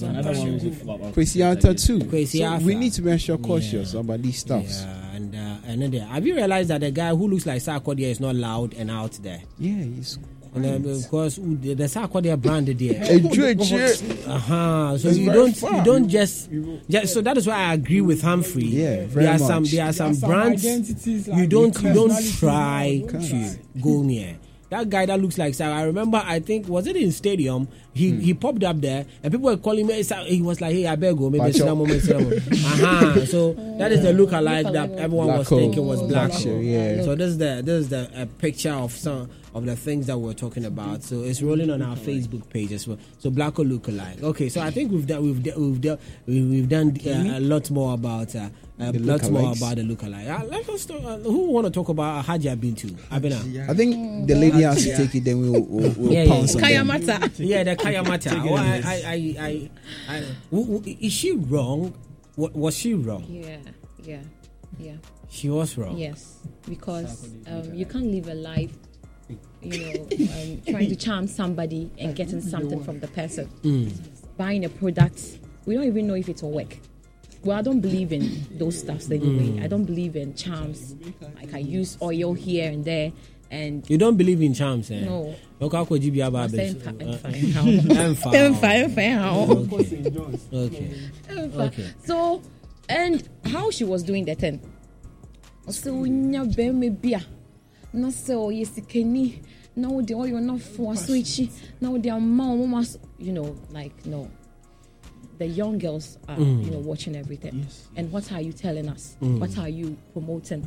E: him.
H: Another one was a flop. I'll
E: Kwesi
H: say that
E: Arthur
H: again.
E: too.
C: Kwesi
E: So we
C: Arthur.
E: need to be extra cautious about these stuffs.
C: Yeah, and uh, and then there. Have you realized that the guy who looks like Sarkodia is not loud and out there?
E: Yeah, he's
C: And then because who- the, the Sarkodia brand
E: [laughs]
C: there.
E: Ejueje.
C: Uh-huh. So
E: It's
C: you
E: very
C: don't
E: far.
C: you don't just, just so that is why I agree with Humphrey.
E: Yeah, very
C: there are some
E: much.
C: there are some
D: some
C: brands
D: identities,
C: you
D: like
C: don't you don't
D: personalities,
C: try
D: you
C: to go near. That guy that looks like Sarah, I remember. I think was it in stadium? He he popped up there, and people were calling me. Sa- He was like, "Hey, I beg go, maybe
E: Pacho.
C: Sinamo, maybe Sinamo." Aha! So that is the look alike that everyone
E: Black
C: was
E: hole.
C: thinking was black.
E: Black
C: hole.
E: hole, yeah.
C: So this is the this is the a picture of some of the things that we're talking about. So it's rolling on our Facebook page as well. So black hole look alike. Okay, so I think we've done we've done we've done we've we've done uh, a lot more about uh, a
E: The
C: lot more
E: lookalikes.
C: about the lookalike. Uh, let us talk, uh, who want to talk about Haji Abintu? Abina.
E: I think the lady has to take it, then we'll, we'll, we'll
C: Yeah, yeah.
E: pounce on them.
B: Kayamata.
C: Yeah, the Kayamata. Oh, I, I, I, I, I, who- who- is she wrong? Wa- Was she wrong?
B: Yeah, yeah, yeah.
C: She was wrong.
B: Yes, because um, you can't live a life, you
E: [laughs]
B: know, um, trying to charm somebody and getting something from the person.
E: Mm.
C: Hmm.
B: Buying a product, we don't even know if it will work. Well, I don't believe in those stuffs
C: Mm.
B: anyway. I don't believe in charms. Like I use oil here and there, and
C: You don't believe in charms, eh?
B: No.
C: Okay, how could you be about
B: Say
C: this?
B: mfa-
C: Uh, [laughs]
B: mfa- mfa-
C: I'm foul.
B: mfa- mfa-
C: Okay.
B: mfa. So, and how she was doing that thing. sɛ wonya bɛrima bi a na sɛ ɔyɛ sikani na wode ɔyɛ ɔnafo aso akyi na wode ama wo moma so you know like no the young girls are you know watching everything and what are you telling us what are you promoting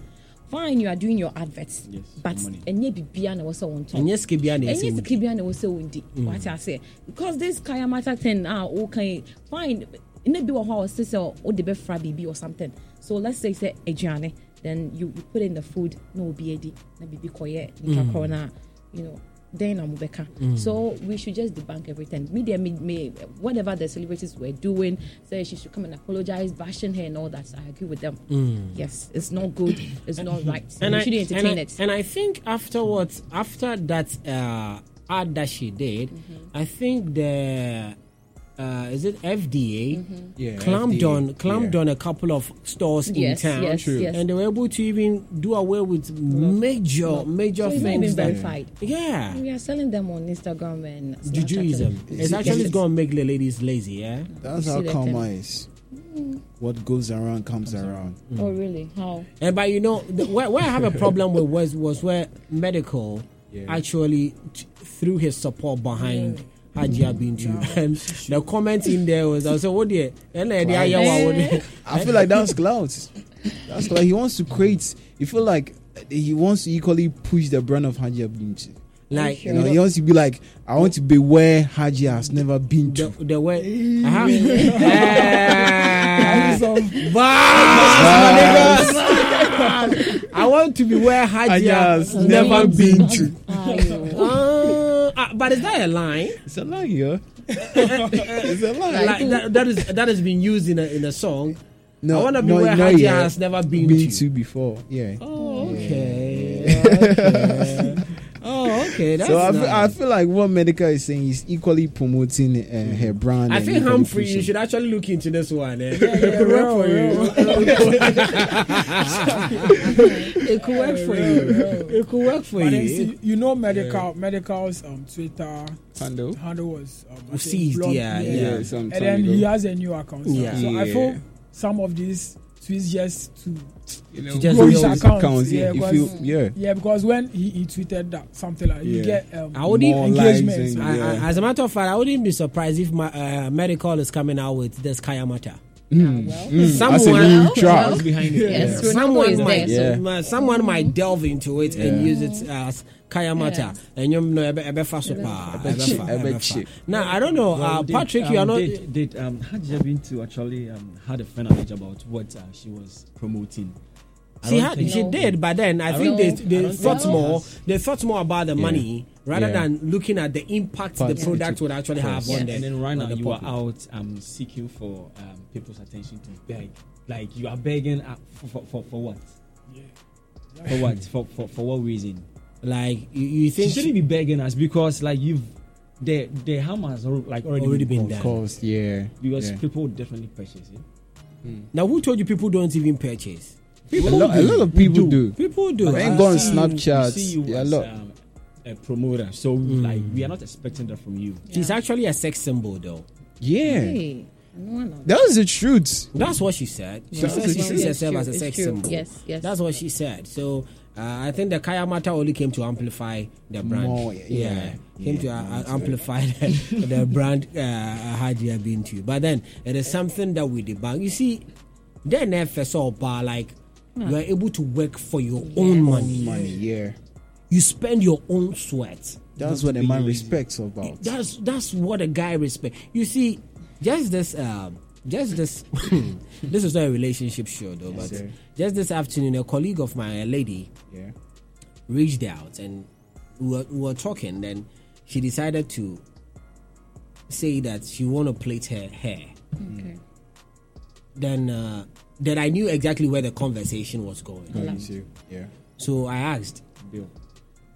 B: fine you are doing your adverts
H: Yes,
B: but
H: money.
B: ɛnyɛ bibia na ɛwɔ sɛ wɔntɔn
C: And yes, Kibian
B: ɛnyɛ
C: is
B: sika biara na ɛwɔ sɛ wondi wate aseɛ because this kayamata thing ah, a woka yi fine ne bi wɔ hɔ a ɔse sɛ wode bɛfra biribi or something so let's say sɛ aduane then you, you put in the food na obi adi na biribi kɔyɛ nnipa korɔ no a you know then na mobɛka so we should just debunk everything media me, me whatever the celebrities were doing say she should come and apologize bashing her and all that i agree with them yes it's not good it's not right and we shouldn't entertain
C: and I,
B: it
C: And I think afterwards, after that uh, ad that she did,
B: Mm-hmm.
C: I think the uh, is it FDA
E: Yeah,
C: clamped
E: FDA,
C: on clamped
E: yeah.
C: on a couple of stores
B: Mm-hmm. Yes,
C: in town,
B: yes, True. yes.
C: and they were able to even do away with major major
B: so it's not
C: things
B: even
C: that-
B: verified
C: yeah.
B: We are selling them on Instagram and
C: Jujuism. It's actually going to make the ladies lazy, yeah?
E: That's
B: You
E: how
B: see that
E: karma
B: thing?
E: is. What goes around comes around.
B: Oh really? How?
C: Eh, but you know, the, where, where I have a problem with was was where medical actually t- threw his support behind Haji
E: Mm.
C: Abinju. And the comment in there was, I said, "What the hell are they ayawa with it?"
E: I feel like
C: [laughs]
E: that's clout. That's clout. He wants to create. You feel like he wants to equally push the brand of Haji Abinchi.
C: Like
E: You know, he wants to be like, I want to be where Haji has never been
C: the
E: to.
C: the way. Uh-huh. Eh,
E: Ah,
C: [laughs] I want to be where Haji
E: Haji
C: has
E: has
C: never
E: never
C: been.
E: been to.
C: Ah, [laughs] Uh, ah, but is that a line?
E: It's a lie, yeah.
C: [laughs]
E: It's a lie.
C: Like that, that is that has been used in a in a song.
E: No,
C: I want to be
E: no,
C: where
E: no,
C: Haji
E: yeah.
C: has never been,
E: Been
C: to.
E: to before. Yeah.
C: Oh,
E: [laughs]
C: okay. Oh, okay. oh, okay. That's
E: so I feel, I
C: nice.
E: feel like what Medica is saying is equally promoting uh, her brand.
C: I
E: and
C: think
E: equally
C: Humphrey,
E: pushing.
C: you should actually look into this one. Eh? it could work for you. [laughs]
D: [laughs]
C: it could work for you. It could work for
D: But then,
C: you.
D: see, you know, medical, medical's um, Twitter
H: Handle?
D: handle was um, I think
C: Seized,
D: blocked,
C: yeah, yeah.
H: some
D: and
H: time
D: then
H: ago.
D: he has a new account. now.
C: Yeah.
D: So I
H: Yeah.
D: feel some of these tweets just to to
E: You know,
D: grow
E: grow
D: his
E: his
D: account.
E: accounts,
D: yeah,
E: yeah. If
D: because,
E: you- yeah.
D: because when he, he tweeted that something like you
E: Yeah.
D: get um,
C: I wouldn't
D: more engagement.
C: I- I- as a matter of fact, I wouldn't be surprised if my uh, medical is coming out with this Kaya Mata.
H: Mm.
E: That's a new Well, track. well,
C: behind it.
E: yes, Ronaldo
C: someone
E: is there,
C: might,
E: so-
C: some- uh, someone might delve into it and use it as Kaya Mata. And you know, ebe- ebefa so pa,
H: Ebe
C: ebefa,
H: chip, ebe
C: ebefa.
H: chip.
C: Now I don't know, uh,
H: Well, did,
C: Patrick. you are
H: um,
C: not.
H: Did, did um, Hadja Bintu actually um, had a fan knowledge about what uh, she was promoting? I
C: She
H: don't
C: had,
H: think-
C: she did, but then I,
H: I
C: think
H: don't-
C: they
H: I
C: they
H: don't
C: thought
H: think
C: more.
H: she
C: They thought more about the
H: Yeah.
C: money rather
H: Yeah.
C: than looking at the impact the
H: Parts
C: product
H: which
C: would actually have
H: costs.
C: on the
H: And then right
C: on
H: now
C: the
H: you are
C: public.
H: out um, seeking for um, people's attention to beg. Like you are begging uh, for, for, for what? For what? For, for, for what reason?
C: Like you, you think
H: she shouldn't be begging us because like you've the the harm has al- like already,
C: Already been
H: caused.
C: done.
E: Cost, yeah.
H: because
E: yeah.
H: people definitely purchase it.
C: Now, who told you people don't even purchase?
E: a, lot, a lot of people do.
C: People do.
E: I
C: I
E: think go on
C: see.
E: Snapchat.
H: We see you
E: yeah, a
H: as,
E: lot.
H: um, a promoter, so like we are
C: Mm.
H: not expecting that from you.
C: She's actually a sex symbol, though.
E: yeah.
B: Hey, no one knows.
E: That was the truth.
C: That's what she said. She,
E: That's
C: said
E: what
C: she
E: she
C: sees
E: said.
C: herself as
B: It's
C: a
B: true.
C: sex
B: It's true.
C: symbol.
B: Yes, yes.
C: That's what she said. So uh, I think the Kaya Mata only came to amplify the brand.
E: More, yeah, yeah,
C: Came to uh, amplify
E: [laughs]
C: the, the brand uh, Hadia Bintu. But then it is something that we debunk. You see, then FSO bar oh, like you are able to work for your own money.
E: Money, yeah.
C: You spend your own sweat.
E: That's what a man respects about.
C: That's that's what a guy respect. You see, just this, um, just this. [laughs] this is not a relationship show though, but
E: sir.
C: just this afternoon, a colleague of mine, a lady,
E: Yeah.
C: reached out and we were, we were talking. Then she decided to say that she want to plait her hair.
B: Okay.
E: Mm.
C: Then uh, then I knew exactly where the conversation was going.
E: Yeah, me too. Yeah.
C: So I asked,
H: Bill.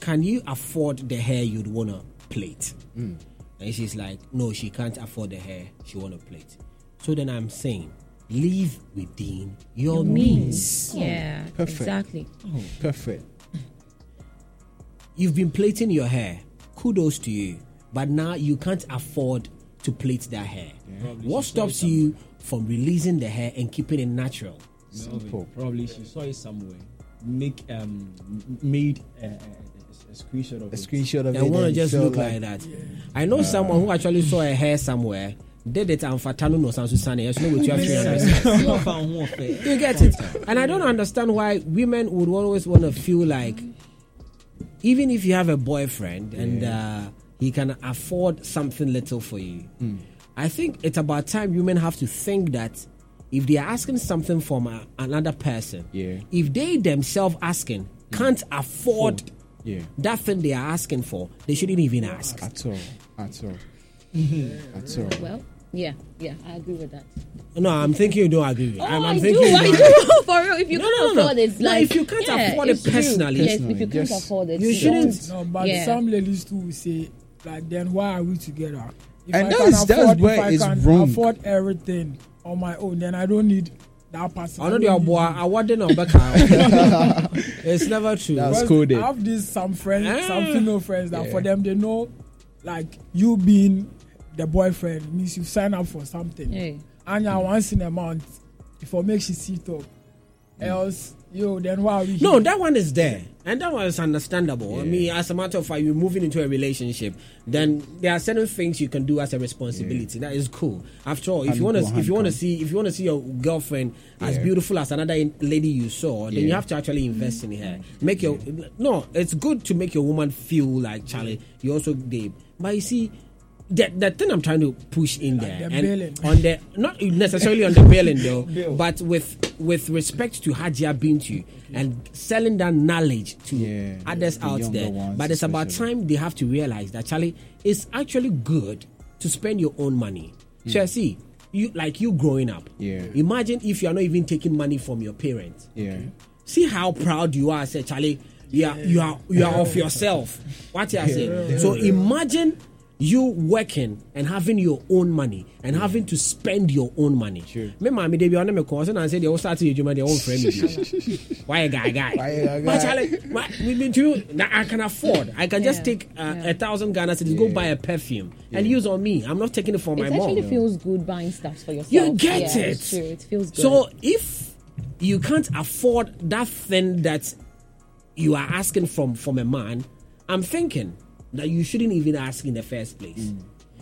C: can you afford the hair you'd wanna plait?
E: Hmm.
C: And she's like, no, she can't afford the hair she wanna plait. So then I'm saying, live within your, means.
B: Yeah,
E: Perfect. Oh,
B: exactly.
E: Perfect.
C: You've been plaiting your hair. Kudos to you. But now you can't afford to plait that hair. What stops you from releasing the hair and keeping it natural?
E: Simple.
H: Probably she saw it somewhere. Make um m- made a, a, a, a screenshot of
E: A
H: it.
E: screenshot of
C: I
E: it.
C: want to
E: and
C: just
E: felt
C: look like, that. I know someone who actually saw a hair somewhere, did it and fatano no sansu sane. Yes, no, which you actually understand.
H: Who have found who have failed?
C: You get it. And I don't understand why women would always want to feel like, even if you have a boyfriend and uh, he can afford something little for you,
D: Hmm.
C: I think it's about time women have to think that if they are asking something from a, another person,
E: Yeah.
C: if they themselves asking can't afford
E: Yeah.
C: that thing they are asking for, they shouldn't even ask.
E: At all. At all.
B: Mm-hmm.
E: At all.
B: Well, yeah, yeah, I agree with that.
C: No, I'm thinking you don't agree. with me.
B: Oh,
C: I'm,
B: i
C: I'm
B: do,
C: thinking you
B: I
C: don't
B: do. [laughs] For real, if you
C: No,
B: can't
C: no, no, no.
B: afford it,
C: No,
B: like,
C: if you can't
B: yeah,
C: afford it
B: it's true.
C: personally-
B: yes, if you can't
E: Yes.
B: afford it,
C: You shouldn't.
D: No, but
B: Yeah.
D: some ladies too will say, like, then why are we together? If
E: And
D: I
E: that
D: can
E: is- that is
D: afford,
E: where
D: if I
E: it's
D: can
E: wrong.
D: afford everything on my own, then I don't need that person.
C: I know
D: don't
C: they are
D: need
C: boy.
D: you.
C: I want them on
E: [laughs]
C: back. It's never true.
E: That's
D: Because
E: coded.
D: I have these some friends, some
C: Ah.
D: female friends that
E: Yeah.
D: for them they know, like you being the boyfriend means you sign up for something.
B: Yeah.
D: And yeah, once in a month, if I make she sit up,
E: Mm.
D: else yo then why are we?
C: No,
D: here?
C: that one
D: [laughs]
C: is there, and that one is understandable. I mean, as a matter of fact, you're moving into a relationship, then there are certain things you can do as a responsibility. That is cool. After all, if
E: Hand
C: you want
E: go,
C: to, if
E: hand
C: you want to
E: come.
C: see, if you want to see your girlfriend as
E: Yeah.
C: beautiful as another in- lady you saw, then you
E: Yeah.
C: have to actually invest in her. Make your no, it's good to make your woman feel like Charlie. You also babe, but you see. The, the thing I'm trying to push in there
D: the
C: and
D: billing.
C: on the not necessarily on the bailing though, but with with respect to Hajia Bintu and selling that knowledge to
E: Yeah,
C: others
E: the
C: out
E: younger
C: there.
E: ones
C: But it's about
E: especially.
C: time they have to realize that Charlie, it's actually good to spend your own money.
E: Hmm.
C: So I see you like you growing up.
E: Yeah.
C: Imagine if you are not even taking money from your parents.
E: Yeah.
C: See how proud you are, say Charlie. You are you are you are of yourself. What you are saying. So imagine you working and having your own money and having to spend your own money. Me maami de bi ọ̀nà mi kọ́ ọ̀sán náà ṣe de ọ̀ start yẹ jùmọ̀ de ọ̀ fẹ́ mi
E: [laughs]
C: bi. Why a guy guy?
E: Why a guy,
C: But
E: guy?
C: Charlie, my, me, me too, na- I can afford. I can just
B: Yeah,
C: take uh,
B: yeah.
C: a thousand Ghana cedis, go buy a perfume and use on me. I'm not taking it for
B: It
C: my mom.
B: actually feels good buying stuff for yourself.
C: You get
B: Yeah,
C: it.
B: It's true. It feels good.
C: So if you can't afford that thing that you are asking from from a man. I'm thinking that you shouldn't even ask in the first place.
B: Mm.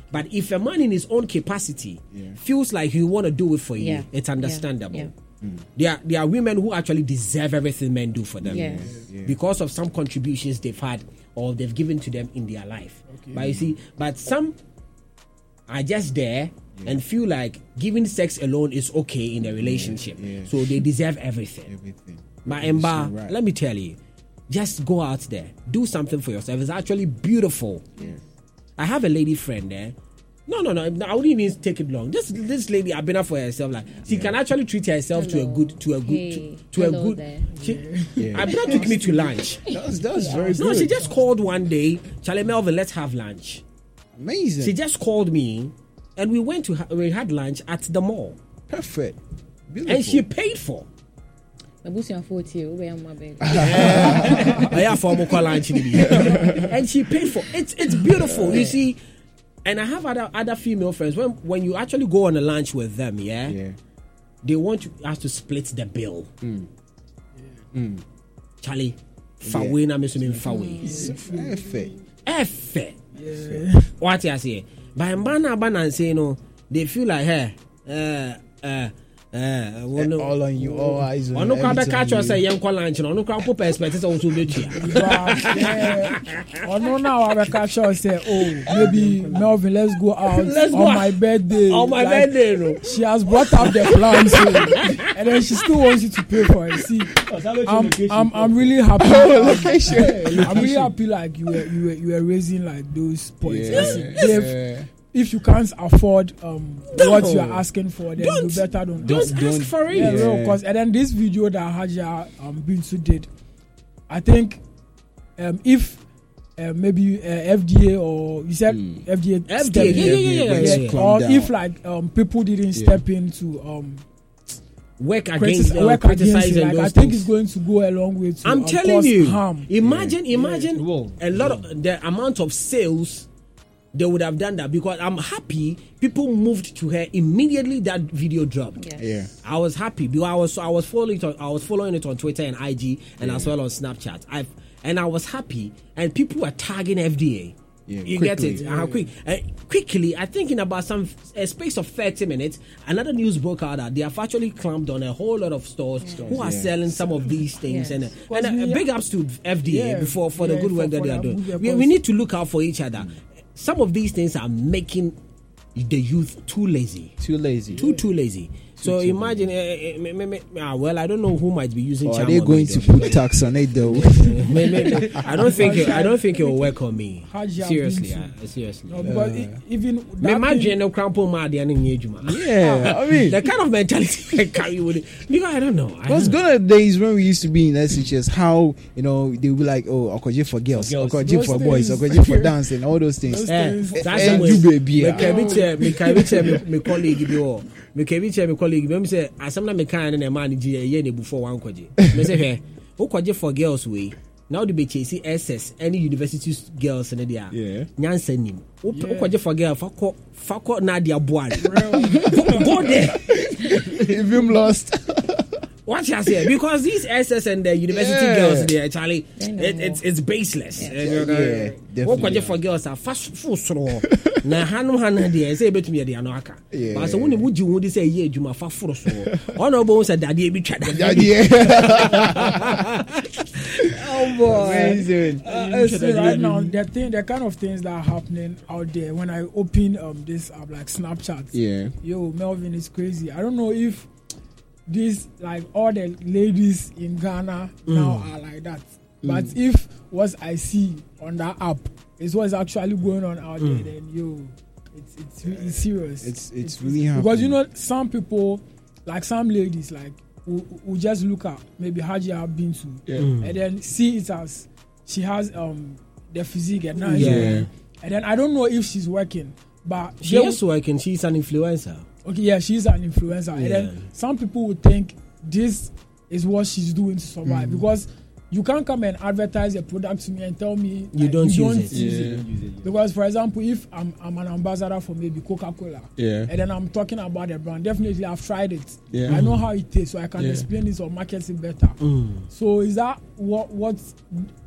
C: But if a man in his own capacity feels like you want to do it for you,
B: Yeah.
C: it's
B: Yeah.
C: understandable.
B: Yeah.
C: There, are, there are women who actually deserve everything men do for them
B: Yes. Yeah.
C: because of some contributions they've had or they've given to them in their life.
H: Okay.
C: But you see, but some are just there and feel like giving sex alone is okay in a relationship. So they deserve everything. But
H: You're so
C: Emba,
H: right.
C: let me tell you, just go out there, do something for yourself. It's actually beautiful. I have a lady friend there. No, no, no. I wouldn't even take it long. This this lady, I've been up for herself. Like she can actually treat herself to a good, to a good,
B: Hey,
C: to, to a
B: hello
C: good.
B: there.
C: She, Abina took me to
B: [laughs]
C: lunch.
E: That's that's very
C: No,
E: good.
C: she just called one day, Charlie Melvin, let's have lunch.
E: Amazing.
C: She just called me, and we went to ha- we had lunch at the mall,
E: perfect.
C: and she paid for.
B: abusuafoɔ tie wo bɛyɛ mma bɛn
C: ɛyɛ afɔ ɔmo kɔ lunch ni bi [laughs] and she paid for it's it's beautiful you see and i have other other female friends when when you actually go on a lunch with them yeah,
E: Yeah.
C: they want you- us to split the bill charlie fa wei na me so memfa wei
E: Perfect.
C: ɛfɛ wate aseɛ by mba no aba nanse no they feel like hey, eh, eh, eh, wɔn-
E: All on you, all eyes on
C: ɔno koraa
E: everything
C: bɛka
E: on
C: kyerɛ
E: you.
C: sɛ yɛnkɔ eh, lunch no ɔno koraa mpo pɛ expect sɛ wo so
E: [laughs]
C: wobɛtua
D: ọ̀nà náà wà bẹ ká ṣọ́ ṣe oh maybe melvin let's go out
C: Let's go
D: on
C: out.
D: my birthday
C: on my
D: Like,
C: birthday no
D: she has brought up the plan so and then she still wants you to pay for it see i'm i'm i'm really happy
C: Oh,
D: i'm really happy like you were you were you were raising like those points Listen, Dave, if you can't afford um what
C: Don't.
D: you are asking for then
C: Don't.
D: you better don't
C: Don't
D: ask.
C: ask for it.
D: yeah, real cause and then this video that Haja um Bintu did I think um if uh, maybe uh, FDA or you said FDA
C: FDA,
D: step in.
C: yeah, yeah, yeah, yeah,
E: yeah.
D: Yeah, or
E: Hmm. Calm
D: if
E: down.
D: like um people didn't step in to um
C: work against
D: critis-
C: them,
D: work against
C: criticizing
D: it, like
C: those
D: I think
C: things.
D: it's going to go a long way
C: [laughs]
D: to
C: I'm
D: um,
C: telling
D: cause
C: you,
D: harm.
C: imagine, imagine
H: It will.
C: a lot of the amount of sales they would have done that because I'm happy people moved to her immediately that video dropped.
B: Yeah.
E: Yeah.
C: I was happy because I was I was following it on, I was following it on Twitter and IG and as well on Snapchat. I and I was happy and people were tagging FDA.
E: Yeah,
C: you get
E: quickly.
C: it? Uh, quick, uh, quickly, I think in about some a space of 30 minutes, another news broke out that they have actually clamped on a whole lot of stores
D: Mm.
C: who are selling some of these things.
B: Yes.
C: And, and uh, big ups to FDA
D: Yeah.
C: before for the
D: Yeah,
C: good
D: for-
C: work that
D: for
C: they are
D: that
C: doing.
D: good work
C: We, we
D: also.
C: need to look out for each
E: Mm.
C: other. Some of these things are making the youth too lazy
E: Too lazy.
C: too too lazy. so imagine, eh, eh, eh, me, me, me, ah, well, I don't know who might be using.
E: Or are
C: charm
E: they
C: on
E: going
C: me,
E: to
C: though.
E: put tax on it
C: [laughs]
E: though?
C: Me- me-
E: [laughs]
C: I don't think it- I don't think it will work on me.
D: How you have
C: Seriously,
D: been
C: I, seriously. Uh,
D: No, because e- even that
C: Me imagine [laughs]
D: thing-
C: no crampo ma adi ani nye juma.
E: yeah, I
C: [laughs]
E: mean,
C: The kind of mentality [laughs] I carry with it. Because I don't know. I
E: Because
C: don't know.
E: gonna days when we used to be in SHS, how you know they would be like, oh, Okoje for girls,
H: girls.
E: Okoje for
D: Those
E: boys,
D: things.
E: Okoje for dancing, all those things.
D: Those
C: Eh,
D: things.
C: that's
E: Eh,
C: the way.
E: you baby,
C: Me
E: ah.
C: can be chair, me can be chair, me me colleague bi wɔ. Me can be chair, me colleague. Me say, asam na me kan ne na man ji ye ne before wan kwaje. Me say hwɛ, wo kwaje for girls we. Now the be chase SS any university girls ne dia.
E: Yeah.
C: Nyansa nim. Wo wo kwaje for girl fa kɔ fa kɔ na dia boare. Go there.
E: If him lost,
C: Watch us here because these SS and the university
E: Yeah.
C: girls there, Charlie,
B: They know
C: it,
B: more.
C: it's it's baseless.
E: Yeah,
C: What
E: definitely.
C: could you for girls are fast full
E: [laughs]
C: slow. Na hanu hanu there say bet me there no aka.
E: Yeah.
C: But so when you ji won dey say ye adwuma fa foro so. Ono bo say daddy bi twa
E: yeah,
C: daddy.
D: [laughs]
E: yeah.
C: Oh boy.
E: Amazing.
D: Uh, see, right now, the thing, the kind of things that are happening out there. When I open um this app like Snapchat,
E: Yeah.
D: yo, Melvin is crazy. I don't know if these like all the ladies in Ghana
E: Mm.
D: now are like that. But if what I see on that app is what's actually going on out there, then yo, it's it's really serious.
E: Mm. It's it's really happening.
D: Because you know, some people, like some ladies, like who, who just look at maybe Haji have been to, and then see it as she has um the physique and now
C: Yeah.
D: and then I don't know if she's working, but
C: She
D: they
C: also working. She's an influencer.
D: will- okay, yeah, she's an influencer, and
C: Yeah. Mm.
D: then some people would think this is what she's doing to survive because you can't come and advertise a product to me and tell me
C: You
D: like,
C: don't use
D: you don't
C: it.
D: use
C: Yeah.
D: it.
C: You don't use it, yeah.
D: Because for example, if I'm I'm an ambassador for maybe Coca-Cola,
E: Yeah.
D: and then I'm talking about the brand, definitely I've tried it.
E: Yeah.
D: I know how it tastes, so I can
E: Yeah.
D: explain this or market it better.
C: Mm.
D: So is that what what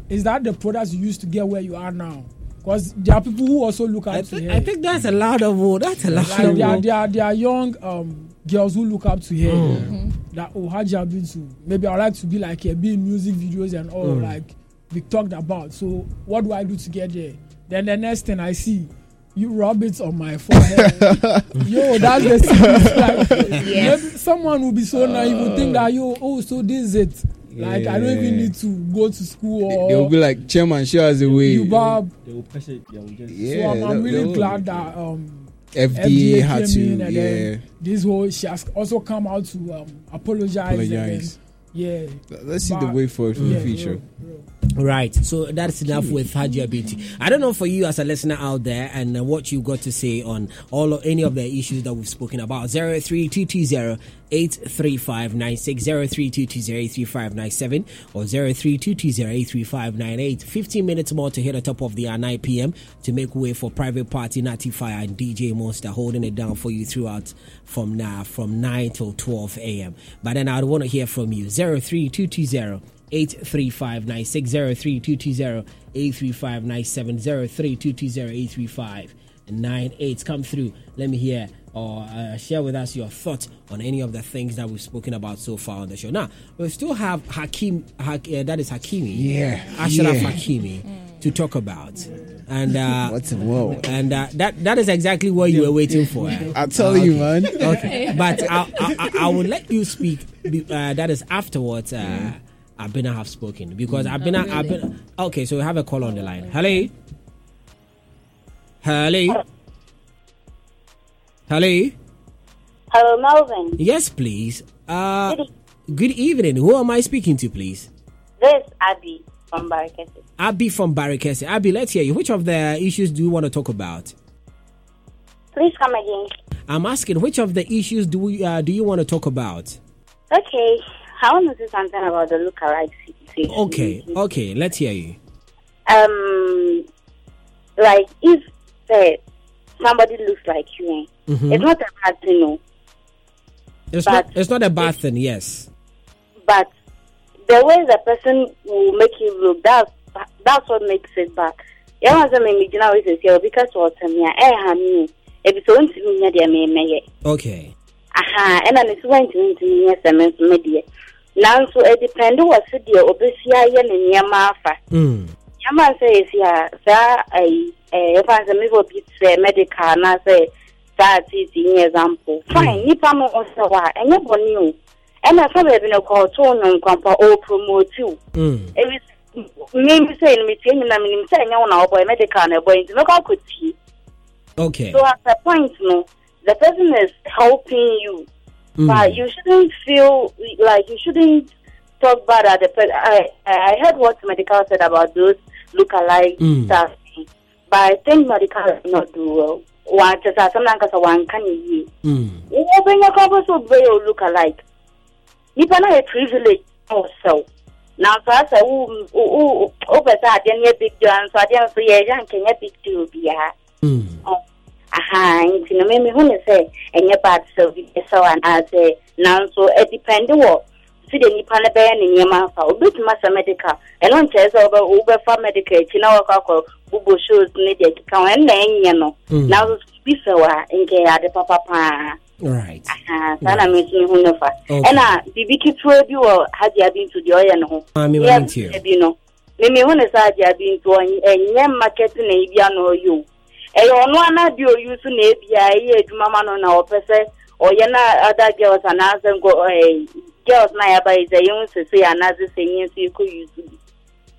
D: is that the products you used to get where you are now? Because there are people who also look up
C: I
D: to
C: think,
D: her.
C: I think that's a lot of word. That's a lot
D: like
C: of
D: there are,
C: word.
D: there are, there are young um, girls who look up to her.
E: Mm.
D: That oh, how you have been to? Maybe I would like to be like her, be in music videos and
E: Mm.
D: all like be talked about. So what do I do to get there? Then the next thing I see. You rub it on my
E: [laughs]
D: forehead. yo, that's the secret. Like,
B: Yes.
D: maybe someone will be
E: Uh.
D: so naive, will think that, yo, oh, so this is it. Like, I don't even
E: Yeah.
D: need to go to school or
E: They'll be like, Chairman, show us the way.
D: you bob.
H: They will push it. They will just.
E: Yeah,
D: so I'm, I'm
E: that-
D: really
E: that-
D: glad that um,
E: FDA, had to,
D: came in and
E: yeah.
D: then this whole she has also come out to um, apologize. and then-
E: Apologize.
D: yeah.
E: Let's see the
D: But-
E: way forward for
D: yeah,
E: the future.
D: bro, bro.
C: Right. So that's enough with Hajia Beauty. I don't know for you as a listener out there and uh, what you got to say on all of any of the issues that we've spoken about. 03220 83596 03220 or 03220 15 minutes more to hit the top of the hour 9 p.m. to make way for Private Party, Natty Fire and DJ Monster holding it down for you throughout from now from 9 till 12 a.m. But then I'd want to hear from you. 03220 835-96-03220-835-97-03220-835-98. Come through. Let me hear or uh, share with us your thoughts on any of the things that we've spoken about so far on the show. Now, we still have Hakim, Hak, uh, that is Hakimi.
E: Yeah,
C: Ashraf
E: yeah.
C: Hakimi to talk about. And uh,
E: What's a world?
C: and uh, that that is exactly what you were waiting for. eh?
E: I tell you, man.
C: Okay. but I, I, I- I will let you speak. be- Uh, that is afterwards. Uh, Abina have spoken because Abina, Abina. Okay, so we have a call on the line. Hello. Hello. Hello.
I: Hello, Melvin.
C: Yes, please. Uh,
I: Good e-
C: good evening. Who am I speaking to, please?
I: This is Abby from Barakesi.
C: Abby from Barikese. Abby, let's hear you. Which of the issues do you want to talk about?
I: Please come again.
C: I'm asking which of the issues do we uh, do you want to talk about?
I: Okay, I want to say something about the lookalike situation.
C: Okay, okay, let's hear you.
I: Um, like if uh, somebody looks like you, eh,
C: Mm-hmm.
I: it's not a bad thing, no.
C: It's not
I: But-
C: it's not a bad thing, yes.
I: But the way the person will make you look, that's that's what makes it bad. You know what I mean? You know what I mean? Because what's in here, eh, I mean, if it's only me, yeah, dear, me, me, yeah.
C: Okay.
I: aha ɛna ne so wantumi ntumi nyɛ sɛ me nso me deɛ nanso ɛdepɛnde wɔ so deɛ obɛsi ayɛ ne nneɛma afa
C: Mm.
I: nneɛma nsɛ yɛsi a saa ayi ɛɛ yɛfa sɛ mebɔ bi sɛ medical anaasɛ saa titi nyɛ example fine nipa e no wo sɛ hɔ a ɛnyɛ bɔne o E ɛna sɛ baabi no kɔɔtoo no nkwanpa ɔɔpromote wo
C: [laughs] Mm.
I: ebi mmemme sɛ ɛnim tie nim na menim sɛ ɛnyɛ wo na wɔbɔyɛ medical na ɛbɔyɛ nti mɛkɔ akɔtie
C: Okay.
I: So at the point, no, the person is helping you,
C: Mm.
I: but you shouldn't feel like you shouldn't talk bad at the person. I I heard what medical said about those lookalike
C: Mm.
I: stuff, but I think medical did not do well. One just as someone because one can you.
F: 嗯
C: Mm.
I: Open your cover so very lookalike. Nipa na a privilege also. Now, so I said, oh, oh, oh, but I didn't big deal, and so I didn't free agent can big deal be
F: 嗯
C: Mm.
I: aha nti no meme hu ne sɛ ɛnyɛ bad sɛ obi bɛsɛ wo anaasɛ nanso ɛdepende wɔ sɛdeɛ nnipa no bɛyɛ ne nneɛma afa wobɛtumi asɛ medical ɛno nkyerɛ sɛ wobɛ- wobɛfa medical akyi na wɔkɔ akɔ bobɔ shows ne deɛ keka ho ɛnna ɛnyɛ no
C: Mm.
I: nanso sɛ bi sɛ wo a nka ɛyɛ ade papa paa
C: All right.
I: Aha, saa na mesu mehu no fa
C: Mm. Okay.
I: ɛna biribi ketewa bi wɔ hagyea bi nto deɛ ɔyɛ ne ho
C: Ah, me
I: Deɛ
C: mame tie.
I: ɛyɛ bi no memehu ne sɛ hagyea bi nto ɔny- ɛnyɛ marketing na ebia na ɔyɛ o ɛyɛ ɔno ana deɛ ɔyi so na ebia ɛyɛ adwuma ma no na ɔpɛ sɛ ɔyɛ na e, other girls anaasɛ nkɔ ɛɛ girls na yaba yi sɛ yɛn sese anaasɛ sɛ yɛn nso yɛkɔ yi so bi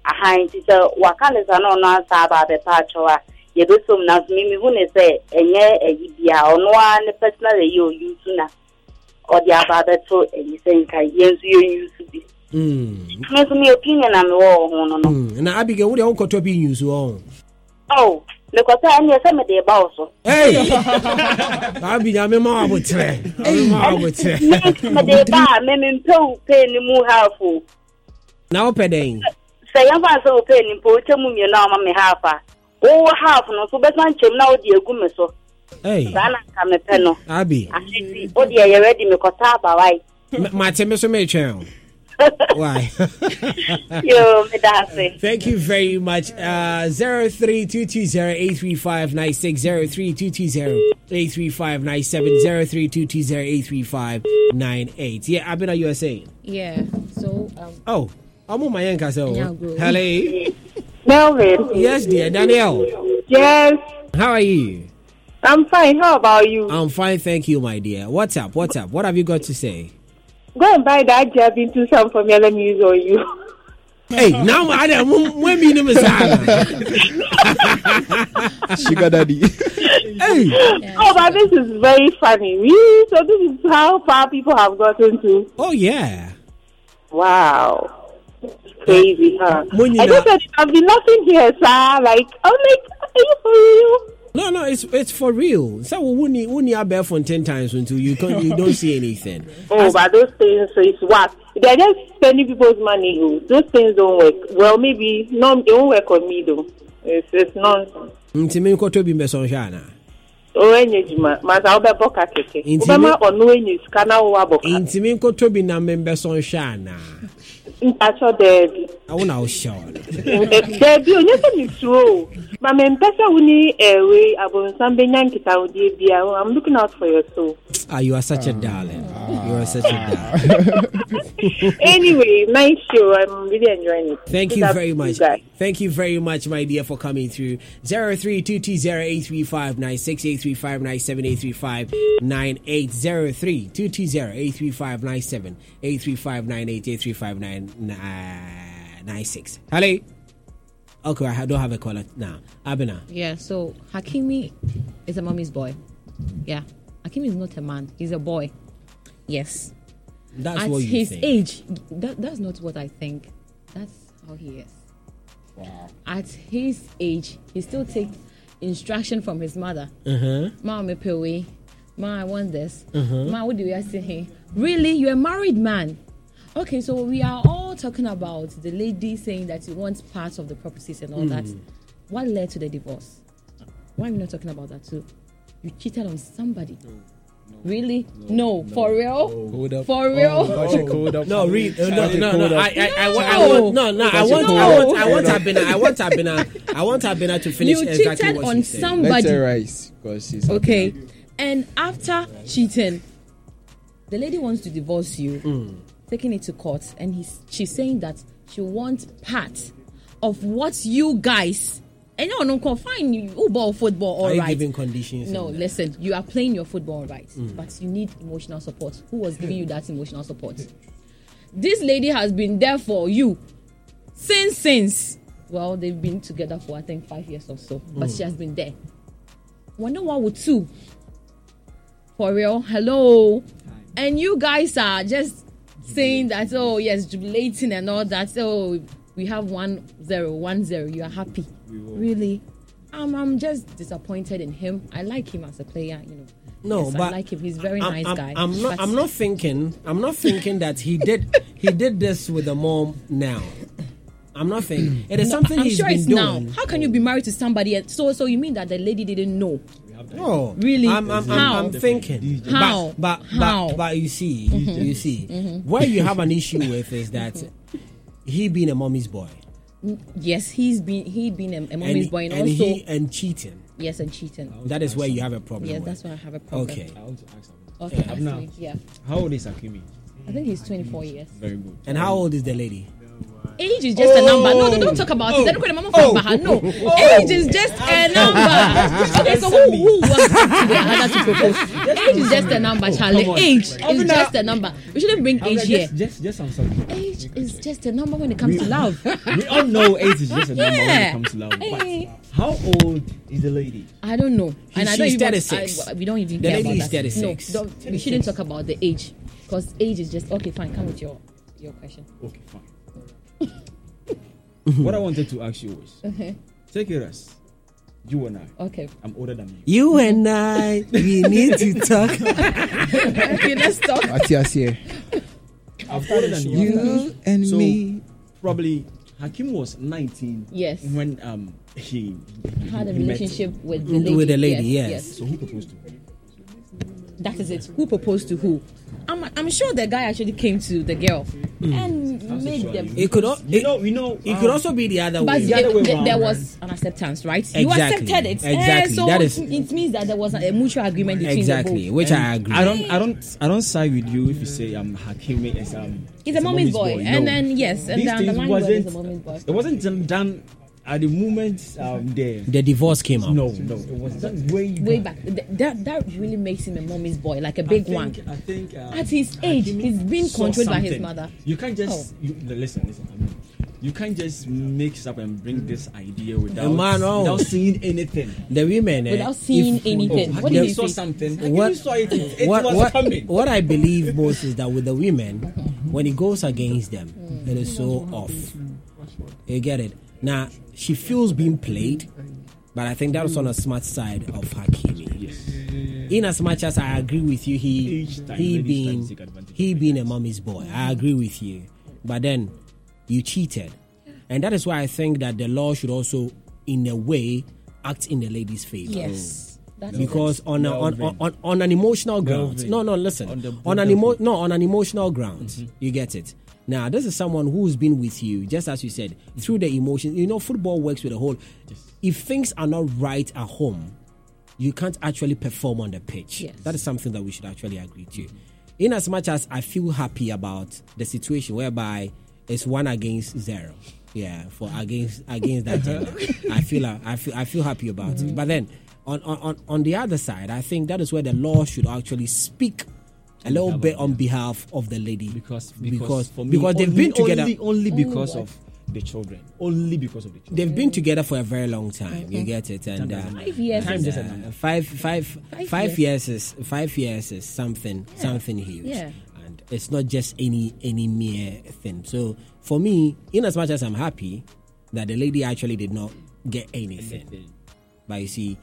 I: aha nti sɛ waka ne sa na ɔno asa aba abɛpa akyɛw a yɛbɛsom nanso memehu ne e sɛ ɛnyɛ ayi bia ɔno ara ne personal ɛyɛ ɔyi so na ɔde aba abɛto ayi sɛ e nka yɛn nso yɛyi so bi
C: Mm.
I: me nso me opinion a mewɔ wɔ ho no no
C: Mm. Now, Abigail, what do you want to be news
I: [laughs]
C: on?
I: oh mekɔsɛ ɛneɛ sɛ mede ba wo so
C: Hey! Abigail, I'm a mom with three. [laughs] I'm a mom with three.
I: mede ba a memempɛ wo pɛ ne mu half o
C: na wopɛ dɛn
I: sɛ yɛmfa sɛ wopɛ nimpa wotwa mu mmienu a ɔma me half a wowɔ half no so wobɛsa nkyɛm na wode agu me so
C: Ei.
I: saa na nka mepɛ no
C: abi
I: ahɛti wodeɛ yɛredi mekɔta abawae
C: m- mate me so
I: [laughs]
C: meretwɛn o why
I: yo meda ase
C: Thank you very much. Uh, 0322083596, 0322083597, 0322083598. Yeah, I've been at USA.
B: Yeah. So um,
C: Oh, I'm on my anchor. So,
B: Yeah, good.
J: [laughs]
C: hello.
J: Melvin.
C: Yes, dear Danielle.
J: Yes.
C: How are you?
J: I'm fine. How about you?
C: I'm fine, thank you, my dear. What's up? What's up? What have you got to say?
J: Go and buy that jab into some for me. Let me use on you.
C: Hey, now I don't want me
E: [laughs] Sugar
H: [laughs]
E: daddy.
C: Hey.
J: Oh, but this is very funny. Really? So this is how far people have gotten to.
C: Oh yeah.
J: Wow. Crazy, huh?
C: Munyi
J: I
C: na-
J: just said I've been laughing here, sir. Like, I'm like, are you for real?
C: No, no, it's it's for real. So we need we need bear for ten times until you can, you don't see anything.
J: Oh, but those things, so it's what? They're just spending people's money. oh. Those things don't work. Well, maybe, no, they won't work on me, though. It's, it's nonsense. Oh,
C: Nti me nkoto bi mbɛsɔn hwɛ ana.
J: owó ẹnyẹ jùmọ màtà ọbẹ bọ kàkẹkẹ
C: Nti
J: ọbẹ má
C: me-
J: ọnu ẹnyẹ sika náà wọ abọ kàkẹkẹ
C: Nti me nkoto bi na me mbɛsɔn hwɛ ana.
J: ntatsọ dẹẹbi
C: Awo na ɔhyɛ ɔno.
J: oh, eh, dẹẹbi onyesẹ mi oh. tuo o màmá mpẹsẹ wo ni ẹwé abọnsán bẹ nyà nkìtà òdi ebi a ah, oh, i'm looking out for your
C: [laughs]
J: soul
C: Ah, you are such a darling. You are such a darling.
J: anyway nice show i'm really enjoying it
C: Thank
J: Keep
C: you
J: up
C: very
J: the
C: much.
J: good work.
C: Thank you very much, my dear, for coming through. 03220835968359783598. 02208359783598. 83598 Hello? Okay, I don't have a caller now. Abena.
B: yeah. So Hakimi is a mommy's boy. Yeah. Hakimi is not a man. He's a boy. Yes.
C: That's
B: At
C: what you
B: his
C: think.
B: age, that, that's not what I think. That's how he is. Wow. At his age, he still takes instruction from his mother.
C: Uh-huh.
B: Ma, me pay away. Ma, I want this.
C: Mhm.
B: Ma, what do you say? here? Really, you're a married man. Okay, so we are all talking about the lady saying that you want part of the properties and all that.
K: Mm.
B: What led to the divorce? Why are we not talking about that too? You cheated on somebody. Really? No, Oh, for real? For real?
C: Oh, No, read. uh, No, no, no. I, I, I, want, I
B: No.
C: want, no, no. I
B: Got you
C: want, I
B: cold
C: want, I
B: up.
C: want Abena. I want Abena. I want Abena to finish
B: You
C: exactly
B: cheated
C: what
B: on
C: she said.
B: somebody. Let her
E: rise, because she's
B: Okay. And after cheating, the lady wants to divorce you,
C: Hmm.
B: taking it to court, and he's, she's saying that she wants part of what you guys. And no, no, fine. You you ball football, all
C: Are you
B: right.
C: giving conditions?
B: No, listen, you are playing your football right, but you need emotional support. Who was giving you that emotional support? this lady has been there for you since since. Well, they've been together for I think five years or so, but
K: Mm.
B: she has been there. Wonder what would two? For real, hello, and you guys are just saying that oh yes, jubilating and all that. Oh, we have one zero one zero. You are happy, really? I'm I'm just disappointed in him. I like him as a player, you know.
C: No,
B: Yes, I
C: but
B: like him. He's a very
C: I'm,
B: nice
C: I'm-
B: guy.
C: I'm not.
B: but-
C: I'm not thinking. I'm not thinking that he did. he did this with the mom now. I'm not thinking. It is
B: No,
C: something
B: I'm
C: he's
B: sure
C: been
B: it's
C: doing.
B: now. How can you be married to somebody? And so, so you mean that the lady didn't know?
C: No,
B: Really?
C: Oh, I'm, I'm, I'm,
B: How?
C: I'm thinking. But-
B: How?
C: But but,
B: How?
C: But, you see,
B: Mhm.
C: you see,
B: Mhm.
C: where you have an issue with is that
B: Mm-hmm.
C: he being a mommy's boy
B: N- Yes, he's been he been a, a mommy's
C: and,
B: boy and,
C: and
B: also
C: he and cheating.
B: yes and cheating.
C: That is where you have a problem.
B: Yes,
C: with.
B: that's where I have a problem.
C: Okay.
H: I want to ask
B: Okay,
H: Yeah.
B: ask
H: Now.
B: me, yeah.
H: How old is Akimi?
B: I think he's 24 years.
H: Very good.
C: And how old is the lady?
B: Age is just a number. No, no,
H: Oh.
B: don't talk about it. Don't call the mama from Baha. No,
H: [laughs]
C: Oh.
B: age is just a number. okay, so who who was the other to propose?
H: [laughs]
B: Age is just a number, Charlie.
H: Oh, come on.
B: Age is
H: Open up.
B: just a number. We shouldn't bring age
H: just,
B: here.
H: Just, just I'm sorry.
B: Age is just a number when it comes to love.
H: [laughs] We all know age is just a number when
B: Yeah.
H: it comes to love.
B: Hey.
H: But how old is the lady?
B: I don't know.
H: He-
B: and I
H: she's
B: don't even,
H: 36.
B: I, we don't even
H: The
B: care
H: lady
B: about
H: is
B: that.
H: 36.
B: No, don't, we shouldn't talk about the age because age is just okay. Fine, come with your your question.
H: Okay, fine.
E: Mm-hmm.
H: what I wanted to ask you was
B: Okay.
H: take it as you and I.
B: Okay.
H: I'm older than you.
C: You and I, we need to talk.
B: okay, let's talk.
E: Atias here.
H: I'm older than you.
E: You and
H: so,
E: me.
H: probably Hakim was 19.
B: Yes.
H: When um he
B: Had a
H: he met-
B: relationship with the lady, yes, yes.
H: So who proposed to her?
B: That is it. Who proposed to who? I'm, I'm sure the guy actually came to the girl and made them.
C: It could, al- it,
H: know, we know,
C: it could also be the other
B: But
C: way.
B: the- the- there was an acceptance, right? You
C: Exactly.
B: accepted it. Eh,
C: Exactly.
B: so
C: That is-
B: it means that there was a mutual agreement between the both.
H: I don't, I don't, I don't side with you if you say um Hakim is um.
B: He's a mommy's boy, and
H: No.
B: then yes, and
H: These
B: the
H: things
B: underlying word is a mommy's boy.
H: It wasn't done- done at the moment um, the
C: The divorce came out.
H: No, no, it was done way back.
B: Way back, Th- that that really makes him a mommy's boy, like a big
H: I think,
B: one.
H: I think uh,
B: At his age, he's being
H: saw
B: controlled by his
H: something.
B: mother. Oh,
H: You can't just you, no, listen, listen. I mean, you can't just mix up and bring this idea without
C: man, oh.
H: without seeing anything.
C: The women. eh,
B: Without seeing anything.
H: Oh, Hakim
B: What did he
H: saw
B: say?
H: something. Hakim
C: what,
H: saw it. It
C: what,
H: was
C: what,
H: coming.
C: what I believe most is that with the women, when it goes against them, it is so off. You get it? Now, she feels being played, but I think that was on a smart side of Hakimi. In as much as I agree with you, he
H: Each time,
C: he
H: ladies time
C: being
H: take advantage of
C: he being a mommy's boy. I agree with you, but then you cheated, and that is why I think that the law should also, in a way, act in the lady's favor.
B: Yes, that is
C: because
B: it.
C: on, a, on, on on on an emotional ground.
H: Melvin.
C: No, no, listen.
H: On
C: On,
H: the
C: an
H: Buddha
C: emo-
H: foot.
C: no, on an emotional ground. You get it. Now, this is someone who's been with you, just as you said, through the emotions. You know, football works with a whole. If things are not right at home, you can't actually perform on the pitch.
B: Yes.
C: That is something that we should actually agree to. In as much as I feel happy about the situation whereby it's one against zero, yeah, for against against that gender, I feel I feel I feel happy about
H: Mm-hmm.
C: it. But then on, on on- on the other side, I think that is where the law should actually speak a little bit on behalf of the lady
H: because because,
C: because
H: for me,
C: because they've been
H: only-
C: together Oh
H: only, only because of the children. Only because of the children.
C: they've been together for a very long time. You get it, and
H: Time doesn't
C: uh,
B: Five years
H: Time
B: is-
H: doesn't
C: uh, five, five,
B: Five
C: five years. is five years is something something huge,
B: Yeah.
C: and it's not just any any mere thing. So for me, in as much as I'm happy that the lady actually did not get anything, but you see,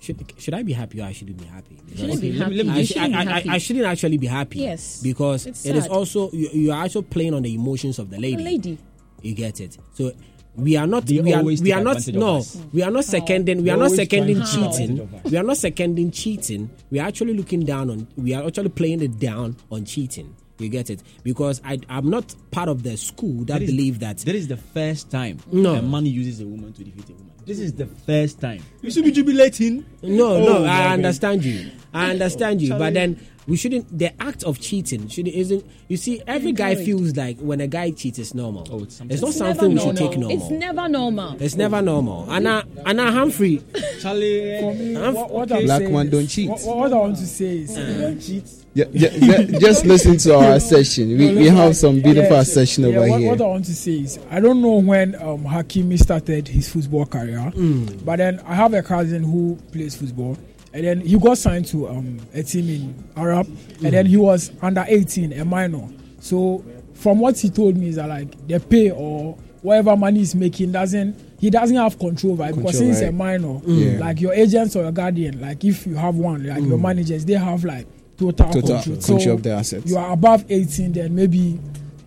C: should should I be happy or I shouldn't be happy?
B: Shouldn't be
H: Okay, let
B: happy.
H: me- let me-
C: I,
B: You
C: sh- I,
B: shouldn't be
C: I,
B: happy.
C: I shouldn't actually be happy.
B: Yes.
C: Because
B: It's
C: it is
B: sad.
C: also you, you are also playing on the emotions of the lady.
B: lady.
C: You get it. So we are not
H: They
C: we are,
H: always
C: we
H: take
C: are not
H: advantage of
C: no
H: us.
C: we are not seconding we
H: They
C: are not
H: always
C: seconding
H: try to take
C: cheating.
H: advantage of us.
C: We are not seconding cheating. We are actually looking down on we are actually playing it down on cheating. You get it? Because I I'm not part of the school that,
H: is-
C: believe that
H: That is the first time
C: No.
H: a man uses a woman to defeat a woman. This is the first time. You should be jubilating.
C: No,
H: Oh,
C: no, I
H: Melvin.
C: understand you. I understand you, but then we shouldn't. The act of cheating should isn't. You see, every guy
B: Encouraged.
C: feels like when a guy cheats, it's normal.
H: Oh, it's something-
C: not
B: It's
C: something we
B: never
C: should take normal.
B: It's never normal.
C: It's never normal. Anna, Anna Humphrey.
H: Charlie,
D: For me,
C: I'm-
D: what, what I'm
E: Black
D: saying
E: man
D: is-
E: don't cheat.
D: What, what I want to say is, you don't cheat.
E: Yeah, yeah, yeah,
D: [laughs]
E: just listen to our session. We, we have some beautiful
D: Yeah,
E: session
D: yeah,
E: over
D: what,
E: here.
D: What I want to say is, I don't know when um, Hakimi started his football career,
E: Mm.
D: but then I have a cousin who plays football, and then he got signed to um, a team in Arab, and then he was under 18, a minor. So from what he told me is that like the pay or whatever money he's making doesn't he doesn't have control over it because
E: Control,
D: since a
E: right.
D: minor,
E: Yeah.
D: like your agents or your guardian, like if you have one, like your managers, they have like total,
E: Hmm. Total
D: control.
E: control
D: So
E: of the assets.
D: You are above 18, then maybe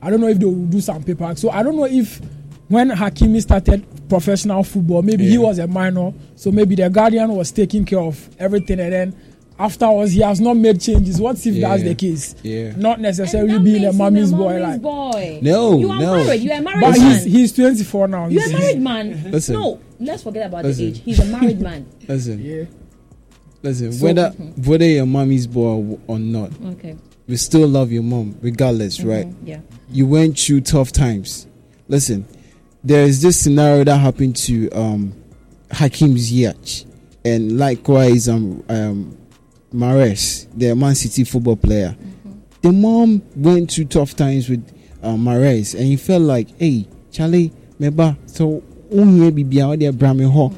D: I don't know if they will do some paperwork. So I don't know if when Hakimi started professional football, maybe he
E: Yeah.
D: was a minor, so maybe the guardian was taking care of everything, and then afterwards he has not made changes. What if that's
E: Yeah.
D: the case?
E: Yeah.
D: Not
B: And
D: necessarily
B: that
D: being
B: makes
D: a
B: him
D: mommy's boy,
B: mommy's
D: like.
B: boy.
E: No,
B: you are
E: no.
B: married. You are a married
D: But
B: man.
D: he's, he's 24 now.
B: you are
D: He's-
B: a married man.
E: Listen.
B: no, let's forget about
E: Listen.
B: the age. He's a married man.
E: [laughs] Listen,
D: Yeah.
E: listen. whether whether your mom is boy or not,
B: Okay.
E: we still love your mom regardless, right?
B: Yeah.
E: you went through tough times. Listen, there is this scenario that happened to um, Hakim Ziyech and likewise um, um, Mares, the Man City football player. The mom went through tough times with uh, Mares and he felt like, hey, Charlie, meba, so unye bibi out there bramme ho.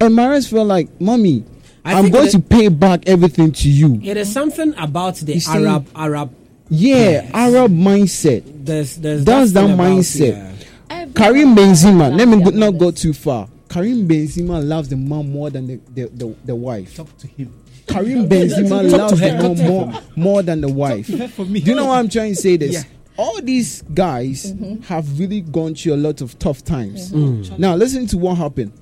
E: And Mares felt like, mommy,
C: I
E: I am
C: think
E: going
C: that-
E: to pay back everything to you.
C: It is something about the
E: You see-
C: Arab Arab.
E: Yeah, Arab mindset.
C: There's there's
E: That's that
C: thing about-
E: mindset.
C: yeah.
E: Karim Benzema. Let me go, not go
B: go
E: too far. Karim Benzema loves the mom more than the, the, the, the wife.
H: Talk to him.
E: Karim Benzema
C: Talk to
E: loves
C: her.
E: the mom more, more than the wife.
H: her for me.
E: Do you know what I'm trying to say? This
H: Yeah.
E: all these guys have really gone through a lot of tough times.
K: Mhm. Mm.
E: Now, listen to what happened.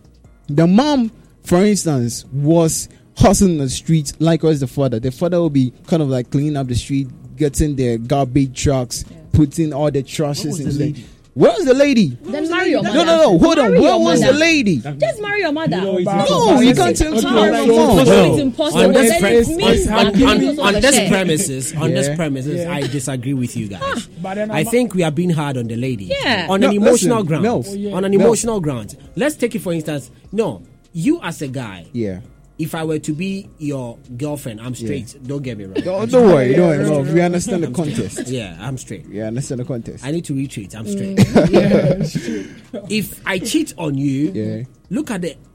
E: The mom, for instance, was hustling the streets, likewise the father. The father will be kind of like cleaning up the street, getting the garbage trucks, putting all the trashes in the. Where was the lady?
L: Then marry your
E: No,
L: mother.
E: no, no. Hold on.
L: Marry
E: Where
L: your
E: was the
L: mother.
E: lady?
L: Just marry your mother.
E: No, it's impossible. you can't tell- Okay, marry so- your
L: No,
E: mother. so-
L: it's impossible.
C: On this,
L: Then it
C: premise,
L: means
C: on,
L: that
C: on- on-
L: you
C: on
L: also
C: this
L: share.
C: premises, on
E: Yeah.
C: this premises,
E: Yeah.
C: I disagree with you guys.
D: But then
C: I
D: I'm-
C: think we are being hard on the lady
D: Yeah.
C: on an
D: No,
C: emotional
D: listen,
C: ground.
D: no. Oh, yeah.
C: On an
D: No.
C: emotional ground. Let's take it for instance. No, you as a guy,
E: Yeah.
C: if I were to be your girlfriend, I'm straight. Don't get me wrong.
E: Don't, don't worry. Don't worry. Love. We understand the
C: [laughs] I'm straight.
E: contest.
C: Yeah, I'm straight.
E: Yeah, understand the contest.
C: I need to [laughs] retreat. I'm straight.
E: Mm.
C: if I cheat on you, look at the